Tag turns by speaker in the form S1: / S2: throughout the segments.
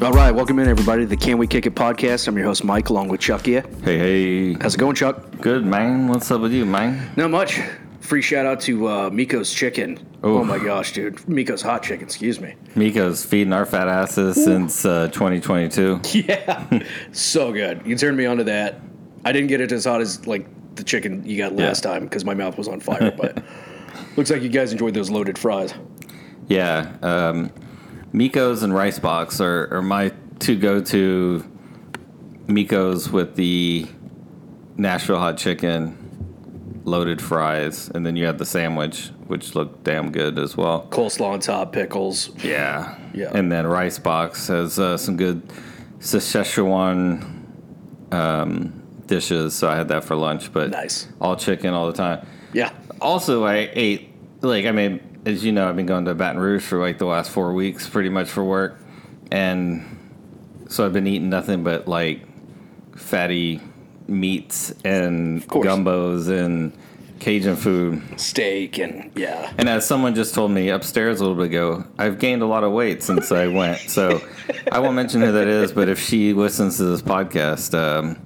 S1: All right, welcome in everybody to the Can We Kick It podcast. I'm your host Mike, along with Chuck. Yeah,
S2: Hey, hey.
S1: how's it going, Chuck?
S2: Good, man. What's up with you, man?
S1: Not much. Free shout out to uh, Miko's Chicken. Oh
S2: Oof.
S1: my gosh, dude, Miko's Hot Chicken. Excuse me.
S2: Miko's feeding our fat asses since uh, 2022.
S1: Yeah, so good. You turned me onto that. I didn't get it as hot as like the chicken you got last time because my mouth was on fire. But looks like you guys enjoyed those loaded fries.
S2: Yeah. Um, Miko's and Rice Box are, are my two go to Miko's with the Nashville hot chicken, loaded fries, and then you had the sandwich, which looked damn good as well.
S1: Coleslaw on top, pickles.
S2: Yeah.
S1: Yeah.
S2: And then Rice Box has uh, some good Szechuan um, dishes, so I had that for lunch, but
S1: Nice.
S2: all chicken all the time.
S1: Yeah.
S2: Also, I ate like I mean, as you know, I've been going to Baton Rouge for like the last four weeks, pretty much for work, and so I've been eating nothing but like fatty meats and
S1: course.
S2: gumbos and Cajun food.
S1: Steak and yeah.
S2: And as someone just told me upstairs a little bit ago, I've gained a lot of weight since I went. So I won't mention who that is, but if she listens to this podcast, um,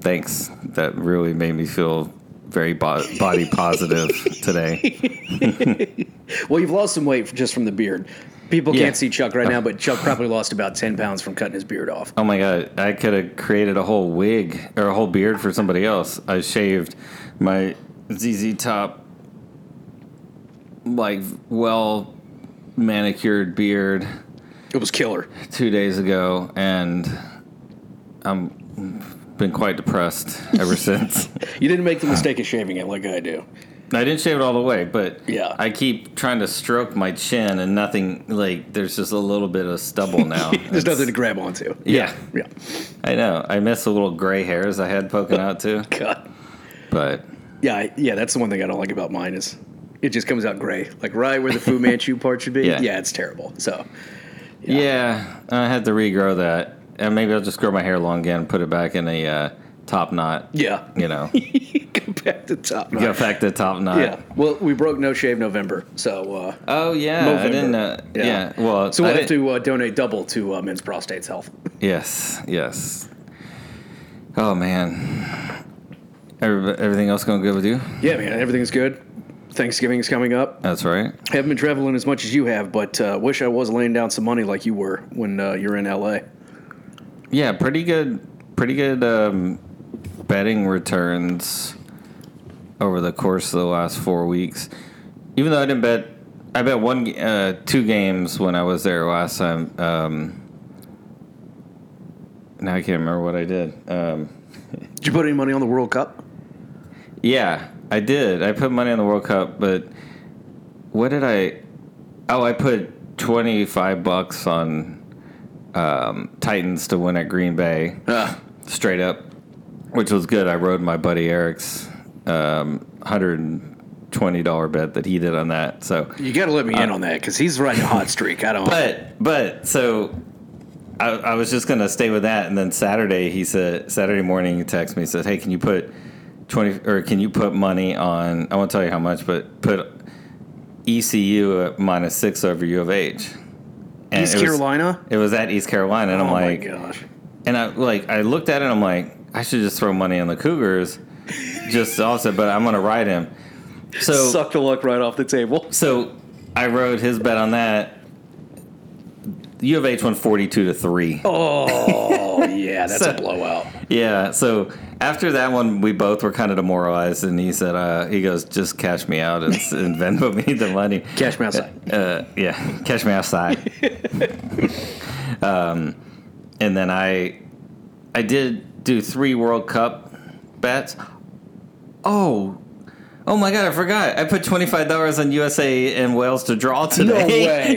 S2: thanks. That really made me feel very bo- body positive today.
S1: Well, you've lost some weight just from the beard. People
S2: Yeah.
S1: can't see Chuck right now, but Chuck probably lost about ten pounds from cutting his beard off.
S2: Oh my God, I could have created a whole wig or a whole beard for somebody else. I shaved my ZZ top, like, well manicured beard.
S1: It was killer.
S2: two days ago, and I'm been quite depressed ever since.
S1: You didn't make the mistake of shaving it like I do.
S2: I didn't shave it all the way, but
S1: Yeah.
S2: I keep trying to stroke my chin, and nothing like there's just a little bit of stubble now.
S1: There's nothing to grab onto.
S2: Oh, yeah,
S1: Yeah.
S2: I know. I miss the little gray hairs I had poking out too,
S1: God.
S2: but
S1: Yeah, I- yeah, that's the one thing I don't like about mine is it just comes out gray, like right where the Fu Manchu part should be.
S2: Yeah.
S1: it's terrible. So
S2: yeah, I had to regrow that, and maybe I'll just grow my hair long again, and put it back in a uh, top knot.
S1: yeah,
S2: You know,
S1: go back to top.
S2: go back to top knot.
S1: Yeah, well, we broke No Shave November, so uh,
S2: Oh yeah, I
S1: November.
S2: didn't. Uh, yeah. well,
S1: so
S2: I
S1: we'll have
S2: didn't-
S1: to uh, donate double to uh, Men's Prostate's Health.
S2: Yes, yes. Oh man, Everyb- everything else going good with you?
S1: Yeah, man, everything's good. Thanksgiving's coming up.
S2: That's right.
S1: Haven't been traveling as much as you have, but uh, wish I was laying down some money like you were when uh, you're in LA.
S2: Yeah, pretty good. Pretty good um, betting returns over the course of the last four weeks. Even though I didn't bet, I bet one, g- uh, two games when I was there last time. Um, now I can't remember what I did. Um,
S1: Did you put any money on the World Cup?
S2: Yeah, I did. I put money on the World Cup, but what did I? Oh, I put twenty five bucks on um, Titans to win at Green Bay,
S1: Ah.
S2: straight up, which was good. I rode my buddy Eric's um, hundred twenty dollar bet that he did on that. So
S1: You got to let me in on that because he's riding a hot streak. I don't.
S2: Uh, but but so I, I was just gonna stay with that, and then Saturday he said Saturday morning he texted me he said, "Hey, can you put twenty or can you put money on? I won't tell you how much, but put ECU at minus six over U of H." And
S1: East
S2: it was-
S1: Carolina.
S2: It was at East Carolina, and I'm
S1: oh
S2: like,
S1: my gosh.
S2: and I like I looked at it. and I'm like, I should just throw money on the Cougars, just also, but I'm gonna ride him. So
S1: Suck the luck right off the table.
S2: so I wrote his bet on that. U of H won forty-two to three.
S1: Oh yeah, that's a
S2: So-
S1: blowout.
S2: Yeah. So after that one, we both were kind of demoralized, and he said, uh, "He goes, just cash me out and, s- and Venmo me the money."
S1: Cash me outside.
S2: Uh, yeah, cash me outside. um, and then I, I did do three World Cup bets. Oh. Oh my god! I forgot. I put twenty five dollars on USA and Wales to draw
S1: No
S2: today.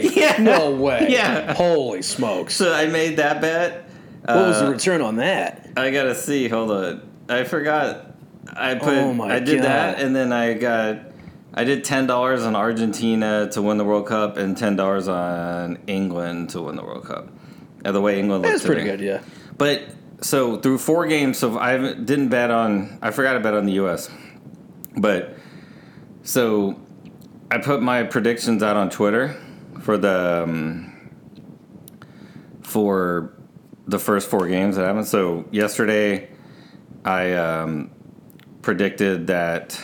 S1: way.
S2: yeah.
S1: No way.
S2: Yeah.
S1: Holy smokes.
S2: So uh, I made that bet.
S1: what was the return on that?
S2: I gotta see. Hold on. I forgot. I put.
S1: Oh my
S2: I did that,
S1: God.
S2: and then I got. I did ten dollars on Argentina to win the World Cup, and ten dollars on England to win the World Cup. Uh, the way England looked
S1: That's pretty
S2: today.
S1: good. Yeah.
S2: But so through four games, so I haven't- didn't bet on. I forgot to bet on the U.S. But so I put my predictions out on Twitter for the um, for the first four games that happened. So yesterday, I um, predicted that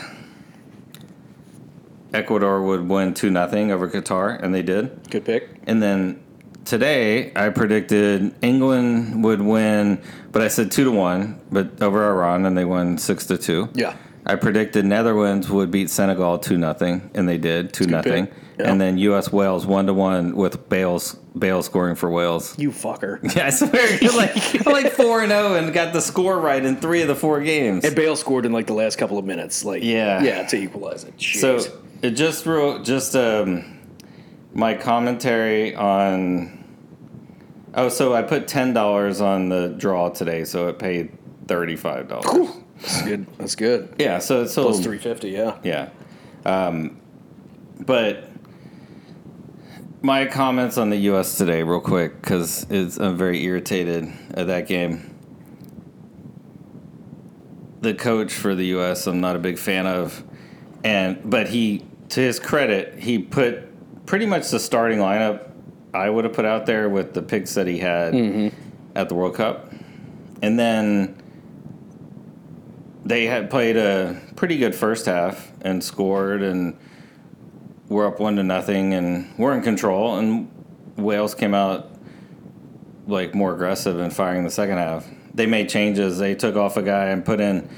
S2: Ecuador would win two nothing over Qatar, and they did.
S1: Good pick.
S2: And then today, I predicted England would win, but I said two to one, but over Iran, and they won six to two.
S1: Yeah.
S2: I predicted Netherlands would beat Senegal two nothing, and they did two nothing.
S1: pick. Yeah.
S2: And then U.S. Wales one to one with Bale's Bale scoring for Wales.
S1: You fucker.
S2: Yeah, I swear, you're like I'm like four and zero, and got the score right in three of the four games.
S1: And Bale scored in like the last couple of minutes. Like
S2: Yeah.
S1: yeah, to equalize it.
S2: so
S1: Jeez.
S2: it just wrote just um, my commentary on. Oh, so I put ten dollars on the draw today, so it paid thirty five dollars.
S1: that's good. That's good.
S2: Yeah, so so
S1: Plus three fifty. Yeah.
S2: Yeah. Um, but my comments on the U.S. today, real quick, because I'm very irritated at that game. The coach for the U.S. I'm not a big fan of, and but he, to his credit, he put pretty much the starting lineup I would have put out there with the picks that he had at the World Cup, and then they had played a pretty good first half and scored and were up one to nothing and were in control and Wales came out like more aggressive and firing the second half. They made changes. They took off a guy and put in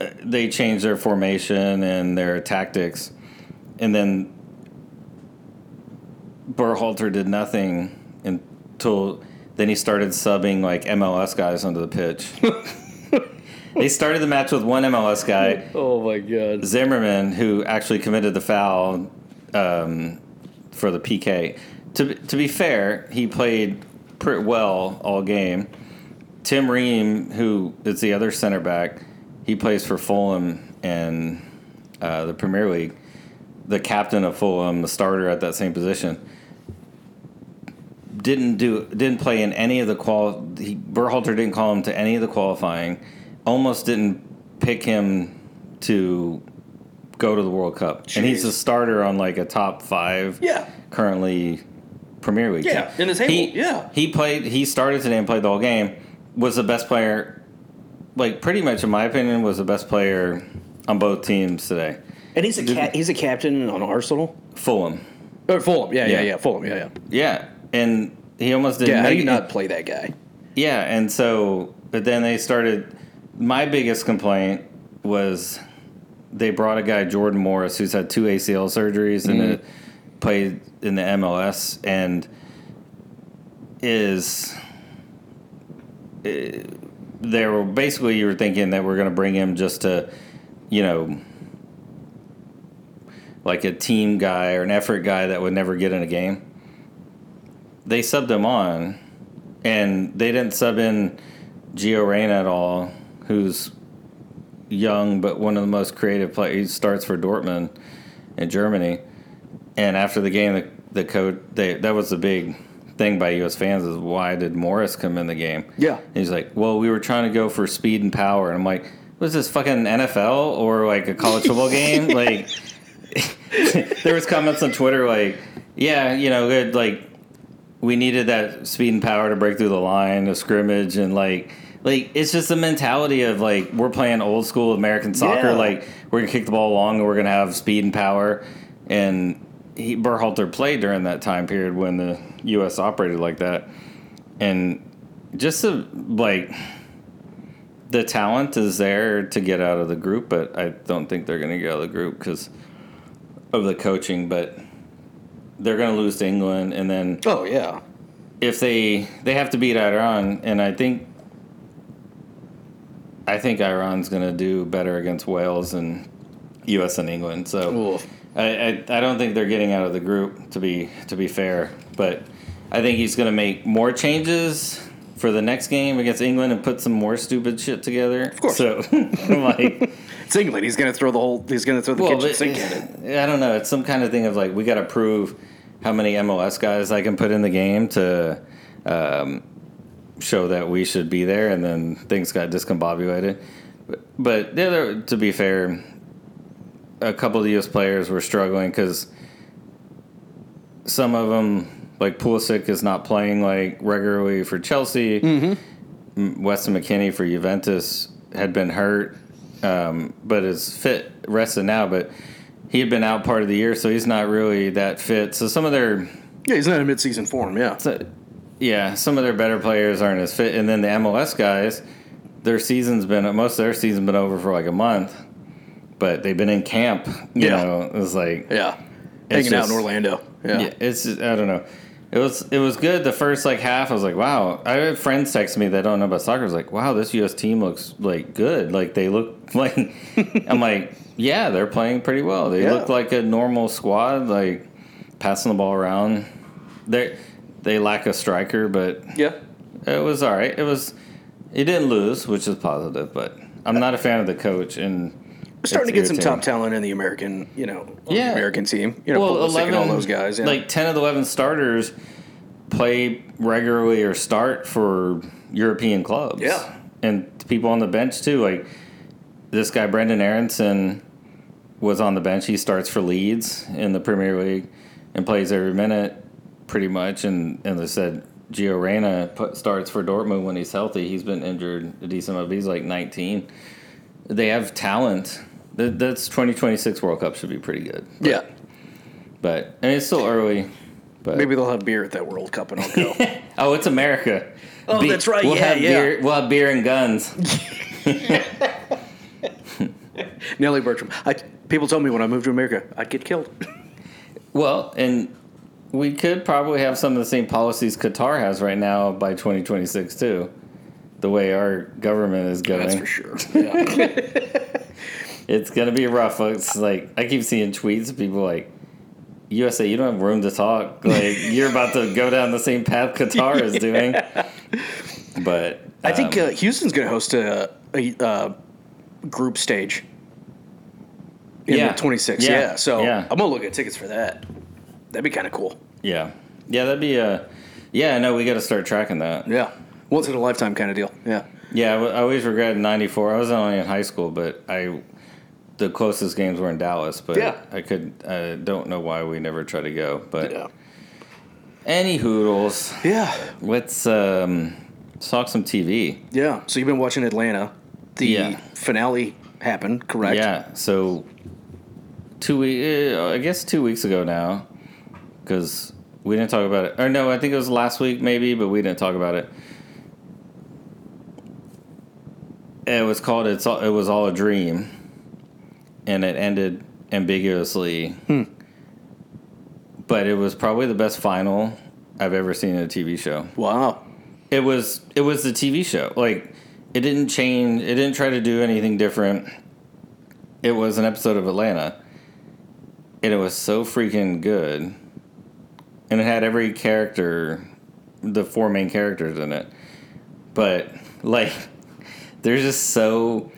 S2: uh, they changed their formation and their tactics. And then Burhalter did nothing until then he started subbing like MLS guys onto the pitch. they started the match with one MLS guy
S1: Oh my god.
S2: Zimmerman, who actually committed the foul um, for the PK. To, to be fair, he played pretty well all game. Tim Ream, who is the other center back, he plays for Fulham and uh, the Premier League, the captain of Fulham, the starter at that same position. Didn't do didn't play in any of the qual. He, Berhalter didn't call him to any of the qualifying. Almost didn't pick him to go to the World Cup, and he's
S1: Jeez.
S2: a starter on like a top five
S1: Yeah.
S2: currently Premier League.
S1: Yeah,
S2: team.
S1: in the table,
S2: He,
S1: yeah.
S2: he played. He started today and played the whole game. Was the best player, like pretty much in my opinion, was the best player on both teams today.
S1: And he's a ca- he's a captain on Arsenal.
S2: Fulham,
S1: Or Fulham. Yeah, yeah,
S2: Yeah.
S1: yeah. Fulham. Yeah, yeah.
S2: yeah, and he almost didn't.
S1: Yeah. How do
S2: make
S1: you
S2: it.
S1: not play that guy?
S2: Yeah, and so, but then they started. My biggest complaint was they brought a guy, Jordan Morris, who's had two ACL surgeries and
S1: Mm-hmm.
S2: uh played in the MLS and is. eh, They were basically, you were thinking that we're going to bring him just to, you know, like a team guy or an effort guy that would never get in a game. They subbed him on and they didn't sub in Gio Reyna at all, who's young but one of the most creative players. He starts for Dortmund in Germany, and after the game, the the coach they that was the big thing by U.S. fans is why did Morris come in the game?
S1: Yeah.
S2: and he's like, well, we were trying to go for speed and power, and I'm like, was this fucking NFL or like a college football game? Like there was comments on Twitter like, yeah, you know, good like we needed that speed and power to break through the line of scrimmage and like like it's just the mentality of like we're playing old school American soccer,
S1: Yeah.
S2: like we're gonna kick the ball long and we're gonna have speed and power and he Burhalter played during that time period when the US operated like that. And just the like the talent is there to get out of the group, but I don't think they're going to get out of the group because of the coaching. But they're going to lose to England, and then
S1: Oh yeah.
S2: if they they have to beat Iran, and I think I think Iran's going to do better against Wales and U.S. and England. So.
S1: Oof.
S2: I, I, I don't think they're getting out of the group to be to be fair, but I think he's going to make more changes for the next game against England and put some more stupid shit together. Of
S1: course.
S2: So I'm like,
S1: It's England. He's gonna throw the whole. He's gonna throw the
S2: well,
S1: kitchen
S2: but-
S1: sink at it.
S2: I don't know. It's some kind of thing of like we got to prove how many MLS guys I can put in the game to um, show that we should be there, and then things got discombobulated. But the other, to be fair, a couple of the U.S. players were struggling because some of them Like Pulisic is not playing like regularly for Chelsea. M- Weston McKinney for Juventus had been hurt, um, but is fit, rested now. But he had been out part of the year, so he's not really that fit. So some of their
S1: Yeah, he's not in midseason form. Yeah.
S2: so, yeah, some of their better players aren't as fit, and then the MLS guys, their season's been most of their season's been over for like a month, but they've been in camp. You
S1: Yeah.
S2: know, it's like yeah.
S1: Yeah. Hanging out
S2: just-
S1: in Orlando. Yeah.
S2: it's just, I don't know. It was it was good the first like half. I was like, wow. I had friends text me that don't know about soccer. I was like, wow, this U.S. team looks like good. Like they look like I'm like, yeah, they're playing pretty well. They
S1: Yeah.
S2: look like a normal squad. Like passing the ball around. They they lack a striker, but
S1: Yeah.
S2: it was all right. It was. It didn't lose, which is positive. But I'm not a fan of the coach, and
S1: We're starting to get
S2: it's
S1: some
S2: irritating.
S1: top talent in the American, you know,
S2: Yeah.
S1: American team. You know, Pulisic and all those guys. Yeah.
S2: like ten of the eleven starters, play regularly or start for European clubs.
S1: Yeah.
S2: and people on the bench too. Like this guy Brendan Aronson was on the bench. He starts for Leeds in the Premier League and plays every minute, pretty much. And and they said Gio Reyna put, starts for Dortmund when he's healthy. He's been injured a decent amount. but He's like nineteen. They have talent. That, that's twenty twenty six World Cup should be pretty good.
S1: yeah.
S2: But I mean, it's still early. But
S1: Maybe they'll have beer at that World Cup and I'll go.
S2: oh, it's America.
S1: Oh, that's right,
S2: We'll
S1: yeah,
S2: have
S1: yeah.
S2: beer. We'll have beer and guns.
S1: Nellie Bertram. I, people told me when I moved to America, I'd get killed.
S2: well, and we could probably have some of the same policies Qatar has right now by 2026 too. The way our government is going,
S1: That's for sure. Yeah.
S2: it's gonna be rough. It's like I keep seeing tweets of people like. USA, you don't have room to talk. Like you're about to go down the same path Qatar is doing. But
S1: I think
S2: um,
S1: uh, Houston's going to host a, a, uh group stage in
S2: Yeah.
S1: the 26.
S2: Yeah.
S1: Yeah. So
S2: Yeah.
S1: I'm going to look at tickets for that. That'd be kind of cool.
S2: Yeah. Yeah, that'd be a. Yeah, no, we got to start tracking that.
S1: Yeah. Once in a lifetime kind of deal. Yeah.
S2: Yeah, I, w- I always regretted '94. I was only in high school, but I, the closest games were in Dallas. But
S1: Yeah.
S2: I could. I don't know why we never try to go. But
S1: Yeah.
S2: uh, any hoodles,
S1: Yeah.
S2: let's um, let's talk some TV.
S1: Yeah. So you've been watching Atlanta. The
S2: Yeah.
S1: finale happened, correct?
S2: Yeah. So two week, uh, I guess two weeks ago now, because we didn't talk about it. Or no, I think it was last week maybe, but we didn't talk about it. It was called "It's all, It Was All a Dream," and it ended ambiguously. But it was probably the best final I've ever seen in a TV show
S1: Wow.
S2: it was it was the TV show. Like it didn't change. It didn't try to do anything different. It was an episode of Atlanta, and it was so freaking good. And it had every character, the four main characters in it. But like, there's just so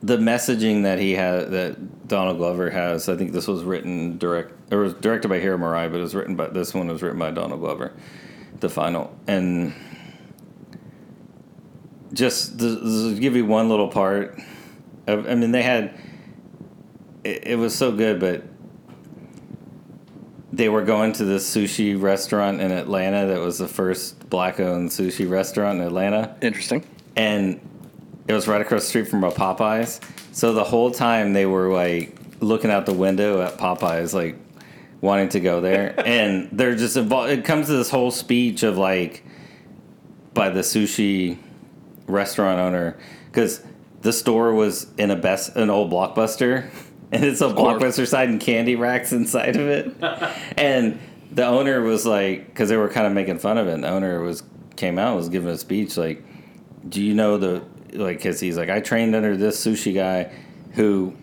S2: the messaging that he has that Donald Glover has. I think this was written direct or was directed by Hiro Murai, but it was written by this one was written by Donald Glover the final and just th- th- give you one little part of, i mean they had it, it was so good but they were going to this sushi restaurant in atlanta that was the first black-owned sushi restaurant in atlanta
S1: Interesting.
S2: and it was right across the street from a Popeyes. So the whole time they were like looking out the window at Popeyes, like wanting to go there, and they're just involved. It comes to this whole speech of like by the sushi restaurant owner because the store was in a best an old blockbuster, and it's a
S1: course.
S2: blockbuster side and candy racks inside of it, and the owner was like because they were kind of making fun of it. And the owner was came out and was giving a speech like do you know the like because he's like i trained under this sushi guy who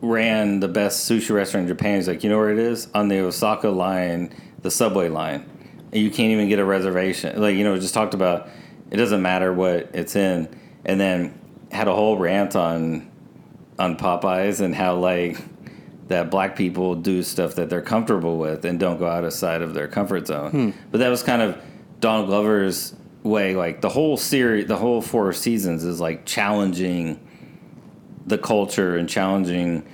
S2: ran the best sushi restaurant in japan he's like you know where it is on the osaka line the subway line and you can't even get a reservation like you know just talked about it doesn't matter what it's in and then had a whole rant on on popeyes and how like that black people do stuff that they're comfortable with and don't go outside of their comfort zone. But that was kind of Donald Glover's way. Like the whole series, the whole four seasons is like challenging the culture and challenging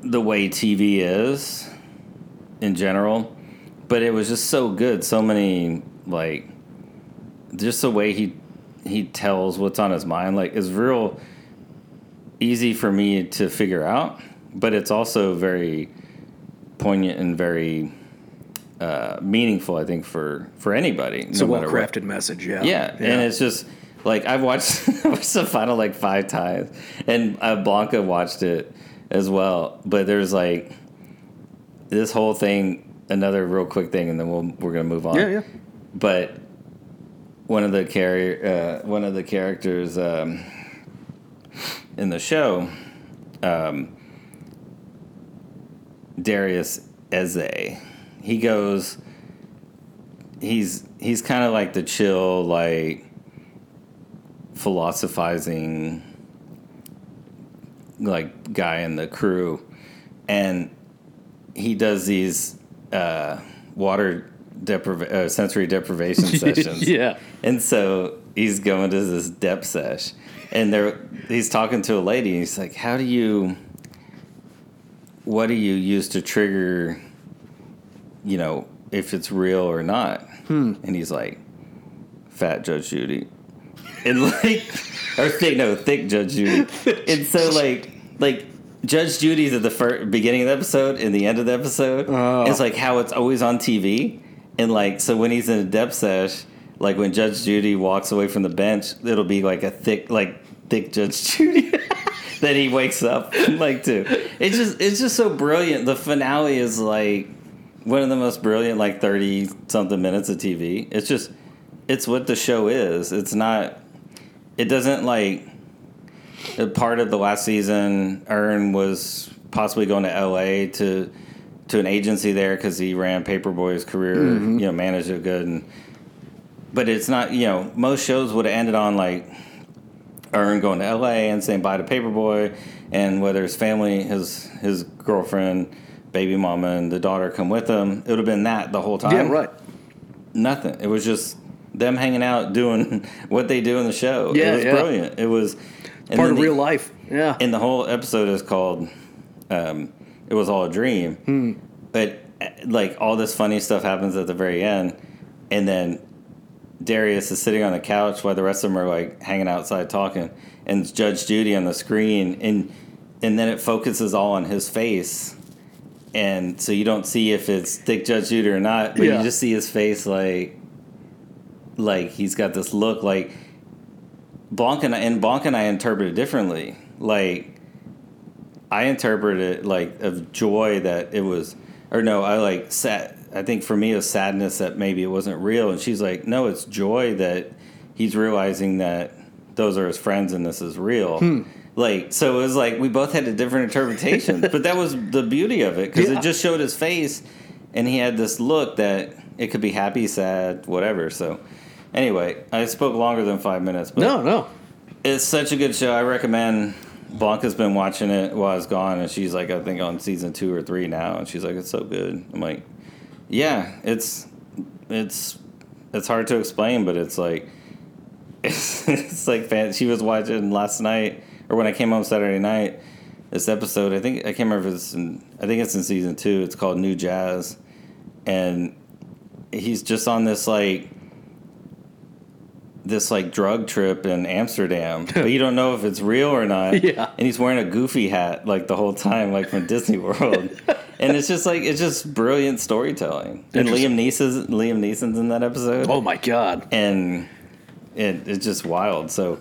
S2: the way TV is. in general, but it was just so good. So many like just the way he he tells what's on his mind like is real easy for me to figure out, but it's also very poignant and very uh, meaningful. I think for for anybody,
S1: It's a well crafted message. Yeah.
S2: yeah. and it's just like I've watched, I watched the final like five times, and uh, Blanca watched it as well. But there's like this whole thing, another real quick thing, and then we'll, we're gonna move on.
S1: Yeah, yeah.
S2: But one of the carrier, uh, one of the characters um, in the show, um, Darius Eze, he goes. He's he's kind of like the chill like philosophizing like guy in the crew and he does these uh, water depriva- uh, sensory deprivation sessions
S1: yeah.
S2: and so he's going to this depth sesh and there he's talking to a lady and he's like how do you what do you use to trigger you know if it's real or not and he's like fat judge judy and like or thick no thick judge judy and so like like judge judy's at the fir- beginning of the episode and the end of the episode
S1: Oh.
S2: it's like how it's always on tv and like so when he's in a depth sesh like when judge judy walks away from the bench it'll be like a thick like thick judge judy that he wakes up like to it's just it's just so brilliant the finale is like one of the most brilliant like 30 something minutes of tv it's just it's what the show is it's not it doesn't like a part of the last season Earn was possibly going to LA to to an agency there cuz he ran Paperboy's career
S1: Mm-hmm.
S2: you know managed it good and but it's not you know most shows would have ended on like Earn going to LA and saying bye to Paperboy and whether his family his his girlfriend baby mama and the daughter come with him it would have been that the whole time
S1: Yeah, right.
S2: nothing. It was just them hanging out doing what they do in the show.
S1: Yeah,
S2: it was
S1: yeah.
S2: brilliant. It was and
S1: Part
S2: then
S1: of
S2: the-
S1: real life. Yeah.
S2: And the whole episode is called um, "It Was All a Dream." But uh, like all this funny stuff happens at the very end, and then Darius is sitting on the couch while the rest of them are like hanging outside talking, and it's Judge Judy on the screen, and and then it focuses all on his face. And so you don't see if it's Dick Judge Judy or not, but
S1: Yeah.
S2: you just see his face like, like he's got this look like Blanc and I, and Blanc and I interpret it differently. Like I interpret it like of joy that it was, or no, I like sad. I think for me, it was sadness that maybe it wasn't real. And she's like, no, it's joy that he's realizing that those are his friends and this is real.
S1: Hmm.
S2: Like so, it was like we both had a different interpretation, but that was the beauty of it because
S1: Yeah.
S2: it just showed his face, and he had this look that it could be happy, sad, whatever. So, anyway, I spoke longer than five minutes. But
S1: no, no.
S2: it's such a good show. I recommend. Blanca's been watching it while I was gone, and she's like, I think on season two or three now, and she's like, it's so good. I'm like, yeah, it's it's it's hard to explain, but it's like it's, it's like fan. She was watching last night, or when I came home Saturday night. This episode, I think I can't remember if it's in. I think it's in season two. It's called New Jazz, and he's just on this like this like drug trip in Amsterdam, but you don't know if it's real or not.
S1: Yeah.
S2: And he's wearing a goofy hat like the whole time, like from Disney World. and it's just like it's just brilliant storytelling. And Liam
S1: Interesting.
S2: Neeson's Liam Neeson's in that episode.
S1: Oh my God.
S2: And it, it's just wild. So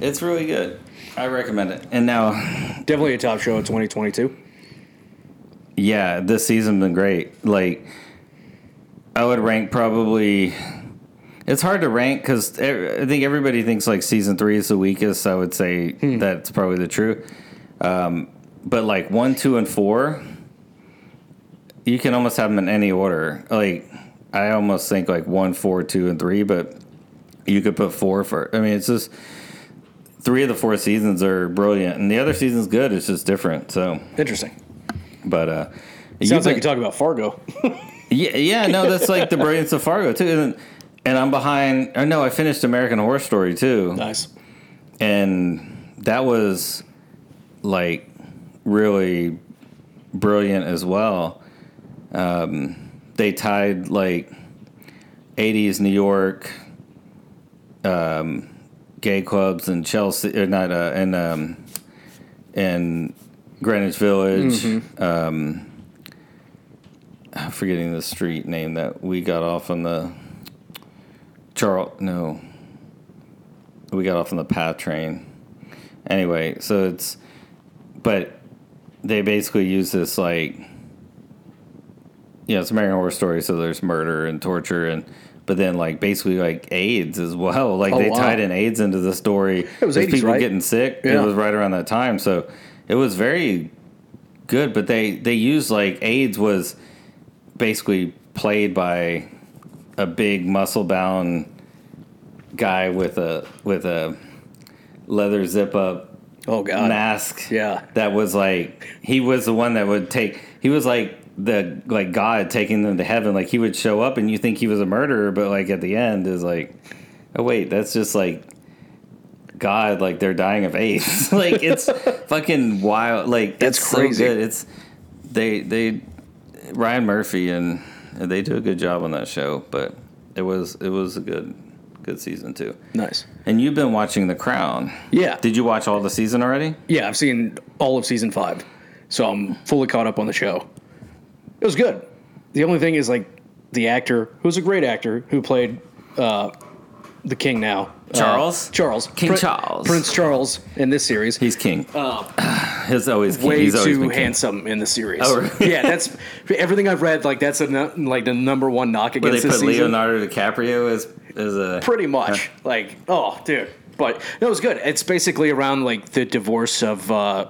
S2: it's really good. I recommend it. And now
S1: Definitely a top show in 2022.
S2: Yeah, this season's been great. Like, I would rank probably. It's hard to rank because I think everybody thinks like season three is the weakest. I would say
S1: Hmm.
S2: that's probably the truth. Um, but like one, two, and four, you can almost have them in any order. Like, I almost think like one, four, two, and three, but you could put four for. I mean, it's just three of the four seasons are brilliant, and the other season's good. It's just different. So.
S1: Interesting.
S2: But uh,
S1: Sounds like
S2: you've
S1: you
S2: been-
S1: talk about Fargo.
S2: yeah, yeah, no, that's like the brilliance of Fargo too. And, and I'm behind. Or no, I finished American Horror Story too,
S1: nice.
S2: and that was like really brilliant as well. um, they tied like 80s New York um, gay clubs in Chelsea, or not, uh, in, um, in Greenwich Village.
S1: Mm-hmm.
S2: Um, I'm forgetting the street name that we got off on the Charles, no, we got off on the PATH train. Anyway, so it's, but they basically use this like, you know, it's American Horror Story, so there's murder and torture and. But then, like basically, like AIDS as well. Like
S1: Oh,
S2: they
S1: wow.
S2: tied in AIDS into the story.
S1: It was
S2: with
S1: 80s,
S2: people
S1: right?
S2: getting sick.
S1: Yeah.
S2: It was right around that time, so it was very good. But they they used like AIDS was basically played by a big muscle bound guy with a with a leather zip up
S1: Oh god.
S2: mask.
S1: Yeah.
S2: that was like he was the one that would take. He was like the like God taking them to heaven. Like he would show up and you think he was a murderer, but like at the end is like, oh wait, that's just like God. Like they're dying of AIDS. like it's fucking wild. Like
S1: That's
S2: it's
S1: crazy.
S2: So good. It's they they Ryan Murphy and they do a good job on that show, but it was it was a good good season too.
S1: Nice.
S2: And you've been watching The Crown.
S1: Yeah.
S2: Did you watch all the season already?
S1: Yeah, I've seen all of season five, so I'm fully caught up on the show. It was good. The only thing is like the actor, who's a great actor, who played uh, the king now, Uh,
S2: Charles?
S1: Charles,
S2: King Charles.
S1: Prince Charles in this series.
S2: He's king. he's always king.
S1: Uh, way
S2: he's always
S1: too
S2: been king.
S1: handsome in the series.
S2: Oh, really?
S1: yeah, that's everything I've read. Like that's a, nu- like the number one knock
S2: Where they
S1: against
S2: put
S1: this season.
S2: Leonardo DiCaprio as as a
S1: pretty much like oh dude but that was good it's basically around like the divorce of uh,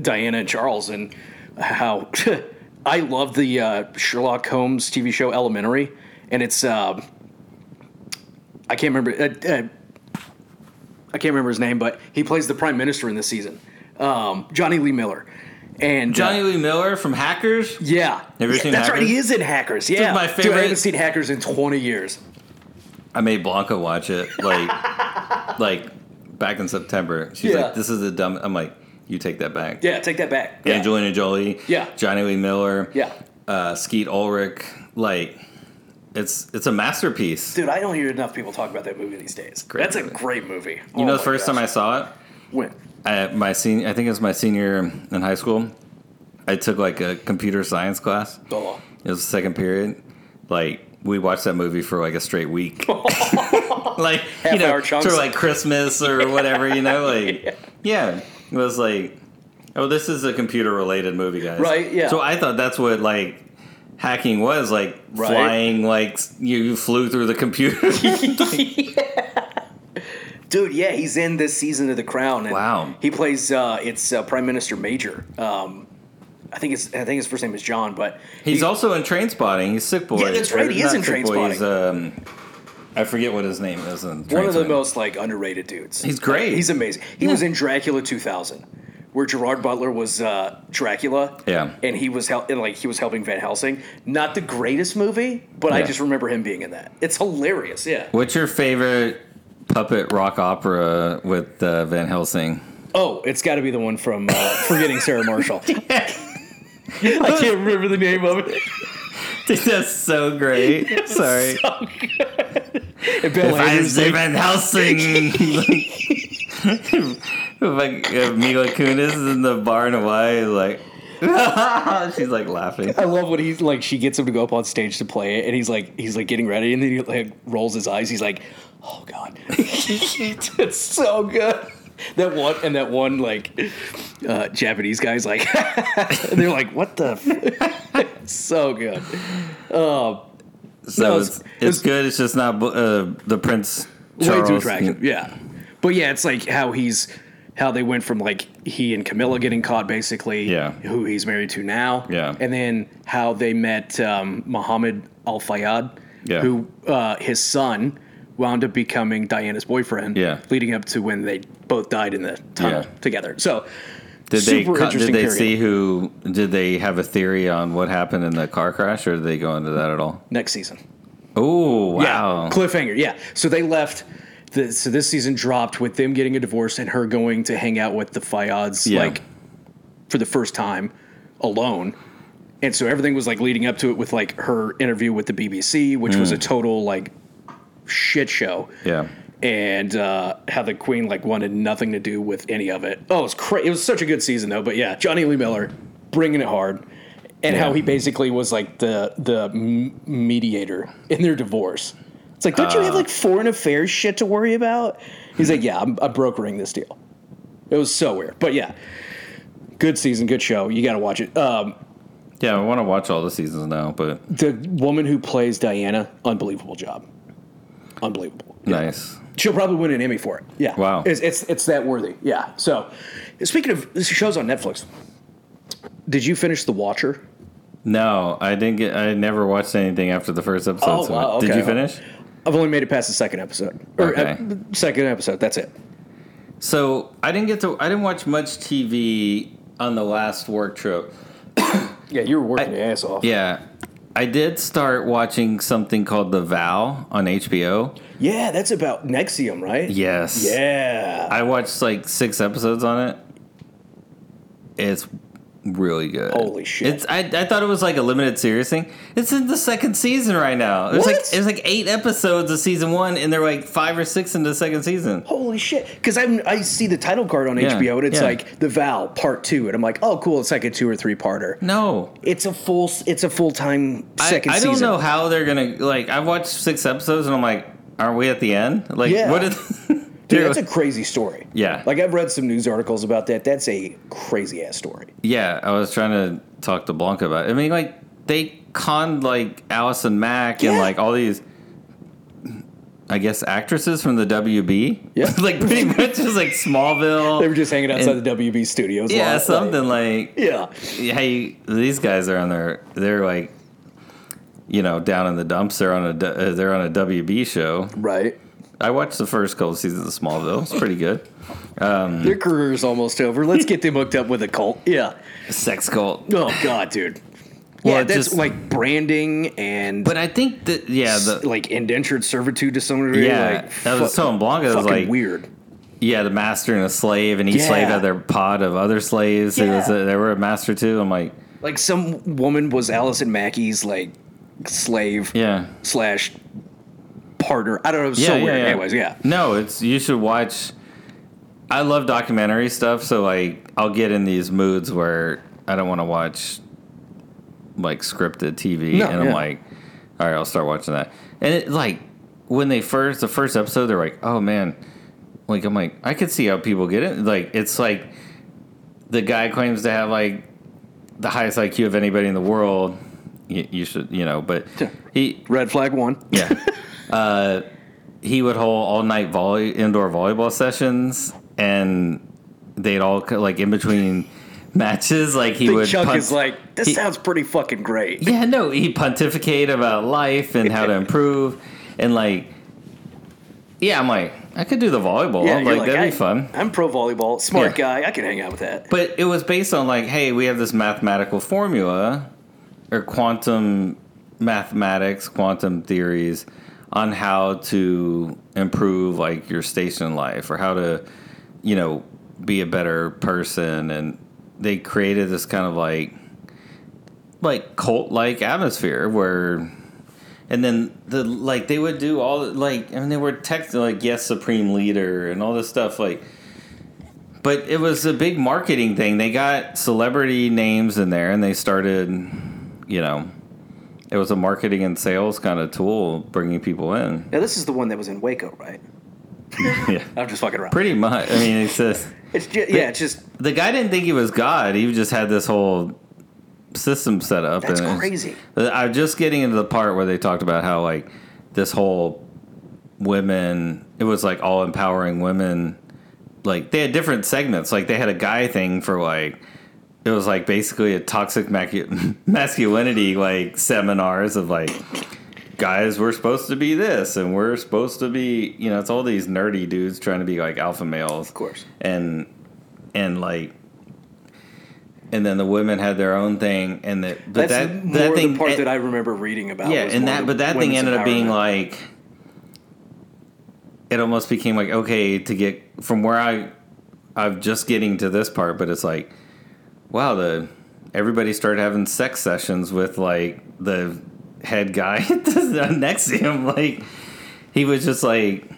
S1: diana and charles and how i love the uh, sherlock holmes tv show elementary and it's uh, i can't remember uh, uh, i can't remember his name but he plays the prime minister in this season um, johnny lee miller and uh,
S2: Johnny Lee Miller from Hackers.
S1: yeah,
S2: Have you ever
S1: Yeah,
S2: seen
S1: that's right.
S2: Hackers?
S1: He is in Hackers. Yeah,
S2: my
S1: Dude, I
S2: favorite-
S1: haven't seen Hackers in twenty years.
S2: I made Blanca watch it like like back in September. She's
S1: Yeah.
S2: like, "This is a dumb." I'm like, "You take that back."
S1: Yeah, take that back. Yeah.
S2: Angelina Jolie.
S1: Yeah.
S2: Johnny Lee Miller.
S1: Yeah.
S2: Uh, Skeet Ulrich. Like, it's it's a masterpiece.
S1: Dude, I don't hear enough people talk about that movie these days. That's a great movie. Oh You
S2: you know, the first time I saw it,
S1: went.
S2: I, my senior, I think it was my senior in high school. I took like a computer science class.
S1: Oh.
S2: It was the second period. Like we watched that movie for like a straight week. like you know,
S1: hour chunks.
S2: sort of like Christmas or whatever. You know, like yeah. it was like, oh, this is a computer related movie, guys.
S1: Right, yeah.
S2: So I thought that's what like hacking was like
S1: Right.
S2: flying like s- you, you flew through the computer.
S1: Dude, yeah, he's in this season of The Crown. and
S2: Wow.
S1: He plays uh, it's uh, Prime Minister Major. Um, I think it's I think his first name is John, but
S2: He's also in Train Spotting. He's Sick Boy.
S1: Yeah, that's right,
S2: Or
S1: he is
S2: not
S1: in
S2: Sick Boy, he's,
S1: Trainspotting.
S2: um, I forget what his name is. In
S1: one of the
S2: Trainspotting.
S1: most like underrated dudes.
S2: He's great.
S1: He's amazing. He was in Dracula 2000, where Gerard Butler was uh, Dracula.
S2: Yeah.
S1: and he was hel- and like he was helping Van Helsing. Not the greatest movie, but I
S2: Yeah.
S1: just remember him being in that. It's hilarious. Yeah.
S2: What's your favorite puppet rock opera with uh, Van Helsing?
S1: Oh, it's got to be the one from uh, Forgetting Sarah Marshall. I can't remember the name of it.
S2: Dude, That's so great. Sorry.
S1: And Bill
S2: if I
S1: Hader's
S2: say
S1: like,
S2: Van Helsing. If, like, if Mila Kunis is in the bar in Hawaii, like, she's like laughing.
S1: I love when he's like, she gets him to go up on stage to play it, and he's like, he's like getting ready, and then he like rolls his eyes. He's like, oh god, it's so good. That one and that one like uh, Japanese guy's like, and they're like, what the, f-" It's so good.
S2: So
S1: No,
S2: it's,
S1: it's-
S2: it's, good. It's just not uh, the Prince Charles.
S1: way too attractive. Yeah, but yeah, it's like how he's how they went from like he and Camilla getting caught, basically.
S2: Yeah.
S1: Who he's married to now.
S2: Yeah.
S1: And then how they met um, Muhammad Al Fayyad,
S2: Yeah.
S1: who uh, his son wound up becoming Diana's boyfriend.
S2: Yeah.
S1: Leading up to when they both died in the tunnel
S2: Yeah.
S1: together. So.
S2: Did they,
S1: Super
S2: cut-
S1: interesting
S2: did they
S1: period.
S2: see who? Did they have a theory on what happened in the car crash, or did they go into that at all?
S1: Next season.
S2: Oh wow!
S1: Yeah, cliffhanger. Yeah. So they left. The, so this season dropped with them getting a divorce and her going to hang out with the Fayyads
S2: Yeah.
S1: like for the first time alone and so everything was like leading up to it with like her interview with the BBC, which was a total like shit show.
S2: Yeah.
S1: And uh, how the Queen like wanted nothing to do with any of it. Oh, it was crazy. It was such a good season though. But yeah, Johnny Lee Miller bringing it hard, and how
S2: Yeah.
S1: he basically was like the the m- mediator in their divorce. It's like, don't you have like foreign affairs shit to worry about? He's like, yeah, I'm, I'm brokering this deal. It was so weird, but yeah, good season, good show. You got to watch it. Um,
S2: Yeah, I want to watch all the seasons now, but
S1: the woman who plays Diana, unbelievable job, unbelievable.
S2: nice.
S1: She'll probably win an Emmy for it. Yeah.
S2: Wow.
S1: It's it's, it's that worthy. Yeah. So, speaking of shows on Netflix, did you finish The Watcher?
S2: No, I didn't get. I never watched anything after the first episode.
S1: Oh, wow,
S2: Did
S1: okay.
S2: you finish?
S1: I've only made it past the second episode. Or, uh,
S2: Okay.
S1: second episode. That's it.
S2: So I didn't get to. I didn't watch much TV on the last work trip.
S1: Yeah, you were working your ass off. Yeah.
S2: Yeah, I did start watching something called The Vow on HBO.
S1: that's about Nexium, right?
S2: Yes.
S1: Yeah.
S2: I watched like six episodes on it. It's really good.
S1: Holy shit.
S2: It's I, I thought it was like a limited series thing. It's in the second season right now. There's like
S1: What?
S2: there's like eight episodes of season one, and they're like five or six in the second season.
S1: Holy shit! Because I I see the title card on
S2: Yeah,
S1: HBO and it's
S2: yeah.
S1: like The Vow Part Two, and I'm like, oh cool, it's like a two or three parter.
S2: No,
S1: It's a full it's a full time
S2: I-
S1: second
S2: I,
S1: season.
S2: don't know how they're gonna like. I've watched six episodes, and I'm like, aren't we at the end? Like,
S1: Yeah.
S2: what? Is,
S1: Dude, that's a crazy story.
S2: Yeah.
S1: Like I've read some news articles about that. That's a crazy ass story.
S2: Yeah, I was trying to talk to Blanca about. It. I mean, like they conned like Allison Mack and
S1: Yeah.
S2: like all these, I guess, actresses from the WB.
S1: Yeah.
S2: like pretty much just like Smallville.
S1: They were just hanging outside
S2: And-
S1: the WB studios.
S2: yeah,
S1: lot,
S2: something
S1: Like,
S2: like,
S1: yeah.
S2: hey, these guys are on their. They're like, you know, down in the dumps. They're on a. d- uh, They're on a WB show.
S1: Right.
S2: I watched the first couple seasons of Smallville. It's pretty good. Mm.
S1: Their career's almost over. Let's get them hooked up with a cult. Yeah.
S2: Sex cult.
S1: Oh god, dude.
S2: Well,
S1: yeah,
S2: it
S1: that's
S2: just-
S1: like branding and
S2: But I think that yeah,
S1: s-
S2: the
S1: like indentured servitude to some degree.
S2: yeah,
S1: like,
S2: I was
S1: fuck-
S2: telling Blanca, I was
S1: fucking
S2: like,
S1: weird.
S2: Yeah, the master and a slave, and each
S1: Yeah.
S2: slave had their pod of other slaves. There was
S1: Yeah.
S2: a, they were a master too. I'm like,
S1: Like some woman was Allison Mackey's like slave
S2: yeah,
S1: slash partner. I don't know. It was
S2: yeah,
S1: so
S2: yeah,
S1: weird.
S2: yeah.
S1: Anyways, yeah.
S2: No, it's you should watch. I love documentary stuff, so like I'll get in these moods where I don't want to watch like scripted TV,
S1: No,
S2: and I'm
S1: yeah.
S2: like, all right, I'll start watching that. And it like when they first the first episode, they're like, oh man, like I'm like I could see how people get it. Like it's like the guy claims to have like the highest IQ of anybody in the world. You, you should, you know, but he
S1: Red flag one.
S2: yeah. uh, he would hold all night volley indoor volleyball sessions, and they'd all co- like in between matches. Like he
S1: Big
S2: would.
S1: Chuck
S2: punt-
S1: is like, this
S2: he-
S1: sounds pretty fucking great.
S2: yeah, no, he pontificate about life and how to improve, and like, yeah, I'm like, I could do the volleyball.
S1: Yeah,
S2: I'm
S1: you're
S2: like, that'd
S1: I,
S2: be fun.
S1: I'm pro volleyball, smart
S2: Yeah.
S1: guy. I can hang out with that.
S2: But it was based on like, hey, we have this mathematical formula or quantum mathematics, quantum theories on how to improve like your station in life or how to, you know, be a better person and they created this kind of like like cult like atmosphere where and then the like they would do all like I mean they were texting like yes supreme leader and all this stuff like but it was a big marketing thing. They got celebrity names in there and they started, you know, it was a marketing and sales kind of tool bringing people in.
S1: Now this is the one that was in Waco, right?
S2: yeah.
S1: I'm just fucking around.
S2: Pretty much. I mean, it's just,
S1: It's just, yeah, it's just
S2: the guy didn't think he was God. He just had this whole system set up.
S1: that's
S2: and it was-
S1: crazy.
S2: I'm just getting into the part where they talked about how like this whole women it was like all empowering women like they had different segments like they had a guy thing for like it was like basically a toxic macu- masculinity like seminars of like guys we're supposed to be this and we're supposed to be you know it's all these nerdy dudes trying to be like alpha males of
S1: course.
S2: and and like and then the women had their own thing and that but
S1: That's
S2: that
S1: more
S2: that thing
S1: the part
S2: and-
S1: that I remember reading about.
S2: yeah
S1: was
S2: and
S1: more
S2: that
S1: the
S2: but that thing
S1: women's
S2: ended up being
S1: empowerment.
S2: like it almost became like okay to get from where i i'm just getting to this part but it's like wow the everybody started having sex sessions with like the head guy next to him. Like he was just like